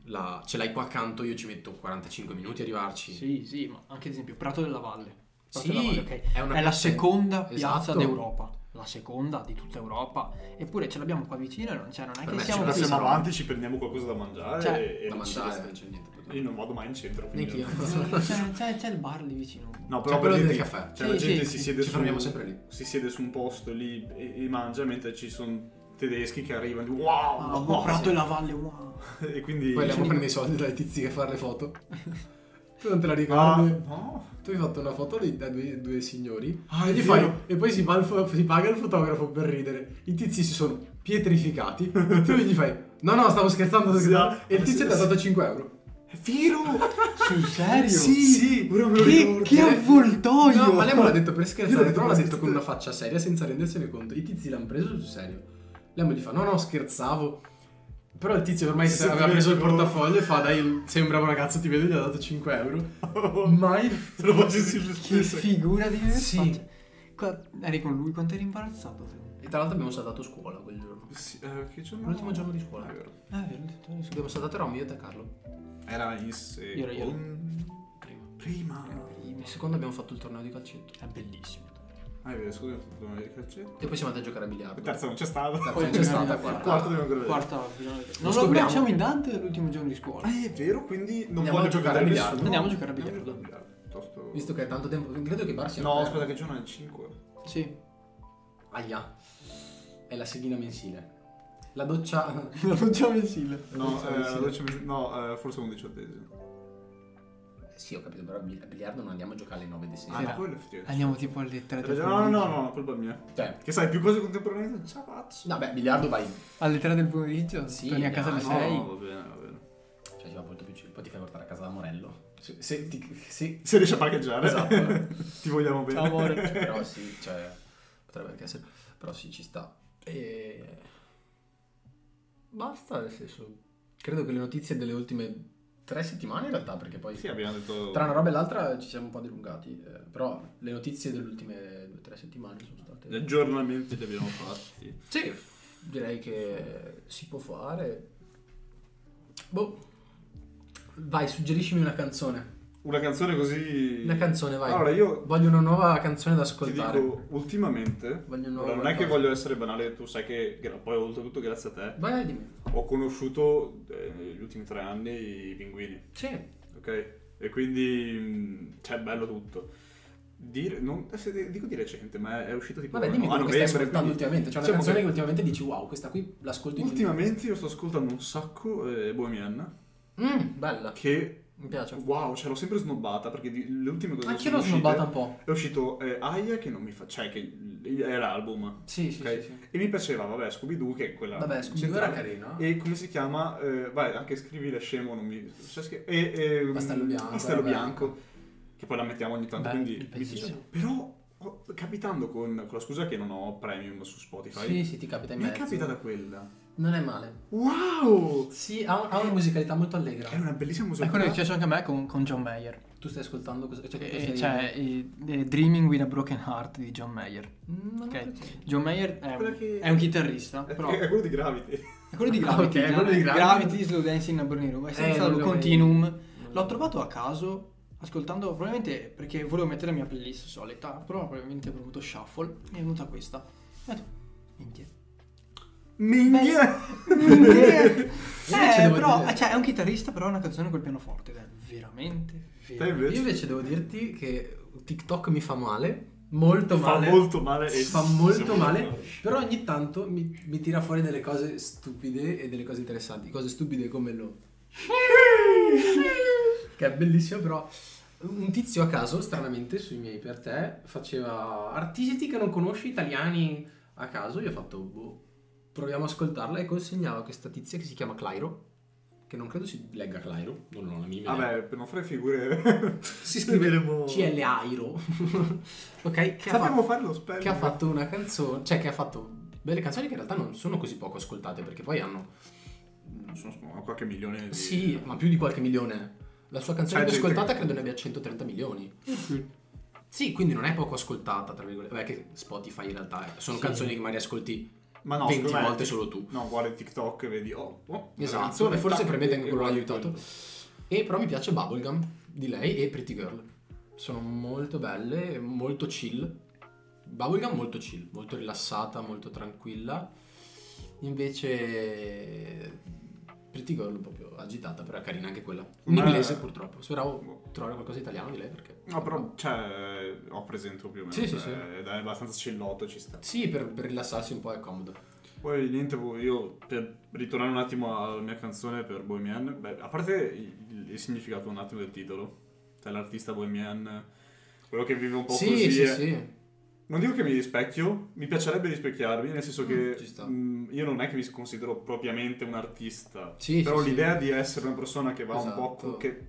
Speaker 1: la- ce l'hai qua accanto, io ci metto 45 minuti a arrivarci.
Speaker 2: Sì, sì, ma anche ad esempio Prato della Valle. Prato
Speaker 1: Sì,
Speaker 2: della Valle, ok.
Speaker 1: è una
Speaker 2: È la
Speaker 1: piazza-
Speaker 2: seconda
Speaker 1: Esatto.
Speaker 2: piazza d'Europa, la seconda di tutta Europa, eppure ce l'abbiamo qua vicino, e non, cioè, non è
Speaker 1: Per
Speaker 2: che
Speaker 1: me
Speaker 2: siamo
Speaker 1: ce la
Speaker 2: qui.
Speaker 3: Allora,
Speaker 1: siamo
Speaker 3: siamo avanti, ci prendiamo qualcosa da mangiare
Speaker 2: Cioè,
Speaker 3: e- e
Speaker 1: Da
Speaker 3: non ci
Speaker 1: mangiare, non
Speaker 3: resta-
Speaker 1: c'è niente.
Speaker 3: Io non vado mai in centro, quindi...
Speaker 1: Neanche io.
Speaker 2: C'è, c'è- c'è il bar lì vicino.
Speaker 3: No,
Speaker 1: C'è
Speaker 3: però
Speaker 1: quello
Speaker 3: per
Speaker 1: del
Speaker 3: dirti,
Speaker 1: caffè.
Speaker 3: Cioè,
Speaker 2: Sì,
Speaker 3: la
Speaker 2: sì,
Speaker 3: gente
Speaker 2: sì.
Speaker 3: si siede
Speaker 1: Ci
Speaker 3: su-
Speaker 1: fermiamo sempre lì.
Speaker 3: si siede su un posto lì e, e mangia mentre ci sono tedeschi che arrivano di wow,
Speaker 2: Ah,
Speaker 3: wow",
Speaker 2: Prato e la Valle, wow.
Speaker 3: e quindi
Speaker 1: Poi abbiamo preso i soldi dai tizi che fanno le foto. tu non te la
Speaker 3: Ah,
Speaker 1: ricordi?
Speaker 3: no.
Speaker 1: Tu hai fatto una foto di, da due, due signori
Speaker 3: Ah,
Speaker 1: e,
Speaker 3: è
Speaker 1: gli
Speaker 3: vero.
Speaker 1: fai- e poi si, va il fo- si paga il fotografo per ridere. I tizi si sono pietrificati. tu gli fai: No, no, stavo scherzando. stavo
Speaker 3: Sì,
Speaker 1: scherzando."
Speaker 3: ah,
Speaker 1: e il
Speaker 3: sì,
Speaker 1: tizio ti ha
Speaker 3: sì.
Speaker 1: dato 5 euro.
Speaker 3: È vero!
Speaker 2: Sul serio?
Speaker 3: Sì, sì, ora me lo
Speaker 2: Che,
Speaker 3: ricordo.
Speaker 2: che avvoltoio!
Speaker 1: No, ma lei me l'ha detto per
Speaker 3: Io
Speaker 1: scherzare,
Speaker 3: l'ho
Speaker 1: però l'ha
Speaker 3: detto
Speaker 1: detto con una faccia seria senza rendersene conto. I tizi l'hanno preso sul serio. Lei mi gli fa: No, no, scherzavo. Però il tizio ormai
Speaker 3: Si
Speaker 1: sa- aveva
Speaker 3: sente
Speaker 1: preso il
Speaker 3: come-
Speaker 1: portafoglio e fa: Dai, sembra un ragazzo, ti vedo, gli ha dato 5 euro. Mai
Speaker 3: Se lo facessi lo
Speaker 2: Che
Speaker 3: stesso.
Speaker 2: figura di me.
Speaker 1: Sì.
Speaker 2: Qua- Eri con lui, quanto eri imbarazzato?
Speaker 1: E tra l'altro abbiamo saltato scuola quel giorno.
Speaker 3: Sì, eh, che giorno?
Speaker 1: L'ultimo giorno di scuola.
Speaker 3: Ah, è vero.
Speaker 2: Ah, è vero, ho detto, adesso-
Speaker 1: Abbiamo saltato Rom, io e te Carlo.
Speaker 3: Era in
Speaker 2: Io ero- io ero.
Speaker 3: secondo...
Speaker 1: Prima.
Speaker 3: Prima.
Speaker 1: In secondo abbiamo fatto il torneo di calcetto.
Speaker 2: Ah, È bellissimo.
Speaker 3: Ah, è vero, scusa, ho fatto una calcetto.
Speaker 1: E poi siamo andati a giocare a biliardo.
Speaker 3: Il terzo non c'è stato.
Speaker 1: Terzo.
Speaker 2: Poi
Speaker 1: Non c'è
Speaker 2: bisogna-
Speaker 1: stata quarta.
Speaker 3: Quarta dobbiamo ancora vedere.
Speaker 2: Quarta, bisogna vedere.
Speaker 1: Lo
Speaker 2: Non lo
Speaker 1: scopriamo.
Speaker 2: facciamo in Dante l'ultimo giorno di scuola.
Speaker 3: Ah, è vero, quindi non
Speaker 1: Andiamo
Speaker 3: voglio
Speaker 1: a giocare
Speaker 3: giocare
Speaker 1: a
Speaker 3: a
Speaker 1: biliardo.
Speaker 3: nessuno.
Speaker 2: Andiamo a giocare a
Speaker 3: Andiamo
Speaker 2: biliardo.
Speaker 3: Piuttosto-
Speaker 1: Visto che è tanto tempo. Credo che i bar siano.
Speaker 3: No,
Speaker 1: aperti.
Speaker 3: aspetta che giorno è il 5.
Speaker 2: Sì.
Speaker 1: Aia. È la seghina mensile. La doccia.
Speaker 2: Non facciamo mensile.
Speaker 3: No,
Speaker 1: Forse
Speaker 3: eh,
Speaker 1: mensile.
Speaker 3: dodici mesi- no, eh, forse undiciottesimo.
Speaker 1: Sì, ho capito, però a bil- a biliardo non andiamo a giocare alle 9 di sera.
Speaker 3: Ah,
Speaker 2: Era-
Speaker 3: ma quello è
Speaker 1: Eh,
Speaker 3: effettivamente.
Speaker 2: Andiamo tipo alle 3 del
Speaker 3: Ragione-
Speaker 2: pomeriggio.
Speaker 3: No, no, no, no, colpa mia.
Speaker 1: Cioè.
Speaker 3: Che sai, più cose contemporaneamente non ce la faccio.
Speaker 1: No, beh, biliardo vai.
Speaker 2: Alle 3 del pomeriggio?
Speaker 1: Sì,
Speaker 2: Torni a casa alle
Speaker 1: no,
Speaker 2: 6?
Speaker 3: va bene, va bene.
Speaker 1: Cioè, ci va molto più chill. Poi ti fai portare a casa da Morello. Se, se ti. Sì.
Speaker 3: Se riesci a parcheggiare.
Speaker 1: Esatto.
Speaker 3: Ti vogliamo bene.
Speaker 2: Ciao amore.
Speaker 1: però sì, cioè. Potrebbe anche essere. Però sì, ci sta. E. Basta, nel senso. Credo che le notizie delle ultime tre settimane, in realtà, perché poi.
Speaker 3: Sì, abbiamo detto...
Speaker 1: Tra una roba e l'altra ci siamo un po' dilungati, eh, però le notizie delle ultime due o tre settimane sono
Speaker 3: Gli
Speaker 1: state...
Speaker 3: aggiornamenti li abbiamo fatti.
Speaker 1: Sì, direi che si può fare. Boh, vai, suggeriscimi una canzone.
Speaker 3: Una canzone così...
Speaker 1: Una canzone, vai.
Speaker 3: Allora, io
Speaker 1: Voglio una nuova canzone da
Speaker 3: ti
Speaker 1: ascoltare.
Speaker 3: dico, ultimamente...
Speaker 1: Voglio un nuovo
Speaker 3: Allora, non è che
Speaker 1: qualcosa.
Speaker 3: voglio essere banale, tu sai che gra- poi oltretutto grazie a te
Speaker 1: Vai, dimmi.
Speaker 3: ho conosciuto eh, negli ultimi tre anni i pinguini.
Speaker 1: Sì,
Speaker 3: ok? E quindi c'è bello tutto. Dire, non, eh, se de- dico di recente, ma è uscito tipo
Speaker 1: vabbè, dimmi
Speaker 3: a
Speaker 1: quello che stai ascoltando
Speaker 3: novembre, quindi-
Speaker 1: ultimamente. C'è una
Speaker 3: diciamo
Speaker 1: canzone che...
Speaker 3: che-
Speaker 1: ultimamente dici, wow, questa qui l'ascolto in...
Speaker 3: Ultimamente io sto ascoltando un sacco eh, Bohemian,
Speaker 1: Mm, bella,
Speaker 3: che
Speaker 1: mi piace.
Speaker 3: wow, cioè l'ho sempre snobbata perché di- le ultime cose
Speaker 1: Anche
Speaker 3: che
Speaker 1: io l'ho
Speaker 3: sono
Speaker 1: snobbata
Speaker 3: uscite
Speaker 1: un po'.
Speaker 3: è uscito eh, Aya che non mi fa, cioè che era l'album
Speaker 1: Sì, sì,
Speaker 3: Ok.
Speaker 1: sì, sì.
Speaker 3: e mi piaceva, vabbè, Scooby Doo che è quella
Speaker 1: Vabbè, scusa, era
Speaker 3: centrale.
Speaker 1: carino. eh?
Speaker 3: E come si chiama? Eh, vai, anche scrivile scemo, non mi... cioè, scri- e, e-
Speaker 1: Pastello bianco,
Speaker 3: Pastello
Speaker 1: vabbè.
Speaker 3: bianco, che poi la mettiamo ogni tanto,
Speaker 1: Beh,
Speaker 3: quindi
Speaker 1: il
Speaker 3: mi
Speaker 1: pensiero.
Speaker 3: piace. Però, ho- capitando con, con la scusa che non ho premium su Spotify,
Speaker 1: Sì, sì, ti capita in
Speaker 3: mi è
Speaker 1: mezzo.
Speaker 3: capitata quella.
Speaker 1: Non è male.
Speaker 3: Wow! Eh.
Speaker 1: Sì, ha, ha una musicalità molto allegra.
Speaker 3: È una bellissima
Speaker 2: È
Speaker 3: musica.
Speaker 2: quello che è successo anche a me con, con John Mayer.
Speaker 1: Tu stai ascoltando cosa... Cioè, che cosa stai-
Speaker 2: Eh, cioè, eh, eh, Dreaming with a Broken Heart di John Mayer.
Speaker 1: Mm, Non ho
Speaker 2: Ok.
Speaker 1: presente.
Speaker 2: John Mayer è
Speaker 3: Quella
Speaker 2: un,
Speaker 3: che-
Speaker 2: è un chitarrista, però
Speaker 3: È quello di Gravity.
Speaker 2: è quello di
Speaker 1: Ah,
Speaker 2: Gravity. eh.
Speaker 1: ok, è quello di Gravity.
Speaker 2: Gravity, Slow Dancing, Number Nero, ma è sempre
Speaker 1: Eh,
Speaker 2: stato
Speaker 1: non Mm. l'ho mai-
Speaker 2: Continuum.
Speaker 1: Non
Speaker 2: L'ho
Speaker 1: l'ho-
Speaker 2: trovato a caso, ascoltando, probabilmente perché volevo mettere la mia playlist solita, però probabilmente ho provato shuffle, e è venuta questa. E ho detto, minchia.
Speaker 3: Minchia!
Speaker 1: Invece
Speaker 2: Eh,
Speaker 1: devo
Speaker 2: però,
Speaker 1: dire-
Speaker 2: cioè, è un chitarrista, però ha una canzone col pianoforte, ed è veramente,
Speaker 3: Te
Speaker 2: veramente...
Speaker 1: Io
Speaker 3: invece
Speaker 1: invece devo dirti che TikTok mi fa male, molto
Speaker 3: fa
Speaker 1: male.
Speaker 3: molto male. e-
Speaker 1: Fa molto
Speaker 3: sì,
Speaker 1: male, però ogni tanto mi, mi tira fuori delle cose stupide e delle cose interessanti. Cose stupide come lo. che è bellissimo, però. Un tizio a caso, stranamente, sui miei per te, faceva artisti che non conosci, italiani a caso. Io ho fatto, boh, proviamo a ascoltarla. E consegnava questa tizia che si chiama Clairo. Che non credo si legga Clairo, non ho la minima idea.
Speaker 3: Vabbè, per non fare figure.
Speaker 1: si scrive
Speaker 3: Vedremo-
Speaker 1: CLAiro. ok, che ha fatto-
Speaker 3: Sappiamo eh. fare lo spelling.
Speaker 1: che ha fatto una canzone, cioè che ha fatto delle canzoni che in realtà non sono così poco ascoltate perché poi hanno
Speaker 3: Non so, sono qualche milione di...
Speaker 1: sì, ma più di qualche milione. La sua canzone
Speaker 3: Cioè,
Speaker 1: più
Speaker 3: gente-
Speaker 1: ascoltata credo ne abbia 130 milioni. Sì, quindi non è poco ascoltata, tra virgolette. Beh, che Spotify in realtà eh, sono
Speaker 2: Sì.
Speaker 1: canzoni che magari ascolti
Speaker 3: Ma no,
Speaker 1: 20
Speaker 3: secondo me-
Speaker 1: volte solo tu.
Speaker 3: No, guardi TikTok e vedi, oh, oh
Speaker 1: Esatto,
Speaker 3: canzone,
Speaker 1: e forse
Speaker 3: tac,
Speaker 1: probabilmente anche
Speaker 3: e
Speaker 1: quello l'ha
Speaker 3: guardi
Speaker 1: aiutato.
Speaker 3: quello.
Speaker 1: E però mi piace Bubblegum di lei e Pretty Girl. Sono molto belle, molto chill. Bubblegum molto chill, molto rilassata, molto tranquilla. Invece Pretty Girl proprio agitata, però è carina anche quella. In
Speaker 3: Ma- Boh.
Speaker 1: inglese purtroppo. Speravo trovare qualcosa di italiano di lei perché...
Speaker 3: No, però, cioè, ho presente più o meno.
Speaker 1: Sì, sì,
Speaker 3: cioè,
Speaker 1: sì.
Speaker 3: Ed è abbastanza cellotto, ci sta.
Speaker 1: Sì, per, per rilassarsi un po' è comodo.
Speaker 3: Poi niente, boh, io per ritornare un attimo alla mia canzone per Bohemian, beh, a parte il, il significato un attimo del titolo, cioè l'artista Bohemian, quello che vive un po'
Speaker 1: Sì,
Speaker 3: così.
Speaker 1: sì,
Speaker 3: eh.
Speaker 1: sì.
Speaker 3: Non dico che mi rispecchio, mi piacerebbe rispecchiarmi, nel senso
Speaker 1: Mm, ci
Speaker 3: che
Speaker 1: sta.
Speaker 3: mm, io non è che mi considero propriamente un artista,
Speaker 1: Sì,
Speaker 3: però
Speaker 1: sì, sì.
Speaker 3: l'idea di essere una persona che va un po'
Speaker 1: Esatto.
Speaker 3: con- che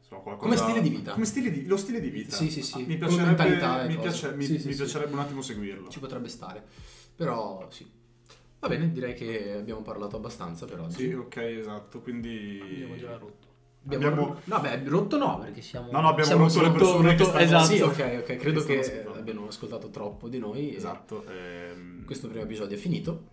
Speaker 3: insomma, qualcosa-
Speaker 1: Come stile di vita.
Speaker 3: Come stile di, lo stile di vita. Ah,
Speaker 1: Sì, sì, sì. Come
Speaker 3: Mi piacerebbe,
Speaker 1: mentalità e
Speaker 3: mi
Speaker 1: cose.
Speaker 3: piace- mi-
Speaker 1: Sì, sì,
Speaker 3: mi
Speaker 1: sì.
Speaker 3: piacerebbe un attimo seguirlo.
Speaker 1: Ci potrebbe stare. Però sì. Va bene, direi che abbiamo parlato abbastanza per oggi.
Speaker 3: Sì, ok, esatto, quindi...
Speaker 2: Abbiamo già rotto.
Speaker 1: Abbiamo,
Speaker 3: Abbiamo-
Speaker 1: No, beh, rotto no, perché siamo...
Speaker 3: No, no,
Speaker 1: siamo
Speaker 3: abbiamo rotto le
Speaker 1: sotto-
Speaker 3: persone che
Speaker 2: rotto-
Speaker 3: stanno...
Speaker 2: esatto.
Speaker 1: Sì, ok, ok. Credo
Speaker 3: Stanno
Speaker 1: che
Speaker 3: ascoltando.
Speaker 1: abbiano ascoltato troppo di noi. e
Speaker 3: Esatto, ehm,
Speaker 1: Questo primo episodio è finito.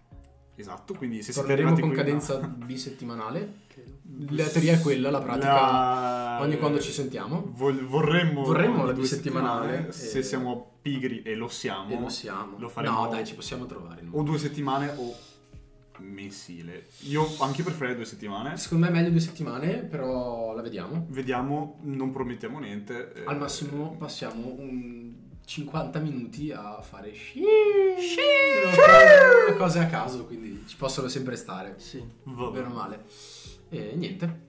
Speaker 3: Esatto, quindi se siete
Speaker 1: Torneremo
Speaker 3: arrivati
Speaker 1: con
Speaker 3: qui-
Speaker 1: cadenza bisettimanale.
Speaker 2: Credo.
Speaker 1: La teoria è quella, la pratica...
Speaker 3: La-
Speaker 1: Ogni quando ci sentiamo.
Speaker 3: Vol- vorremmo
Speaker 1: Vorremmo
Speaker 3: ogni
Speaker 1: la
Speaker 3: due
Speaker 1: bisettimanale,
Speaker 3: settimane,
Speaker 1: e-
Speaker 3: se siamo pigri e lo siamo,
Speaker 1: E lo siamo.
Speaker 3: lo faremo-
Speaker 1: No, dai, ci possiamo trovare. no?
Speaker 3: o due settimane o mensile. Io anche preferirei due settimane.
Speaker 1: Secondo me è meglio due settimane, però la vediamo.
Speaker 3: Vediamo, non promettiamo niente. eh,
Speaker 1: Al massimo passiamo un 50 minuti a fare sci... Cose- Cose a caso, quindi ci possono sempre stare.
Speaker 2: Sì.
Speaker 3: va bene.
Speaker 1: Bene o male. E niente.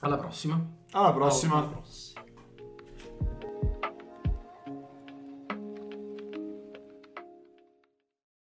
Speaker 1: Alla prossima.
Speaker 3: Alla
Speaker 2: Alla
Speaker 3: prossima.
Speaker 2: prossima.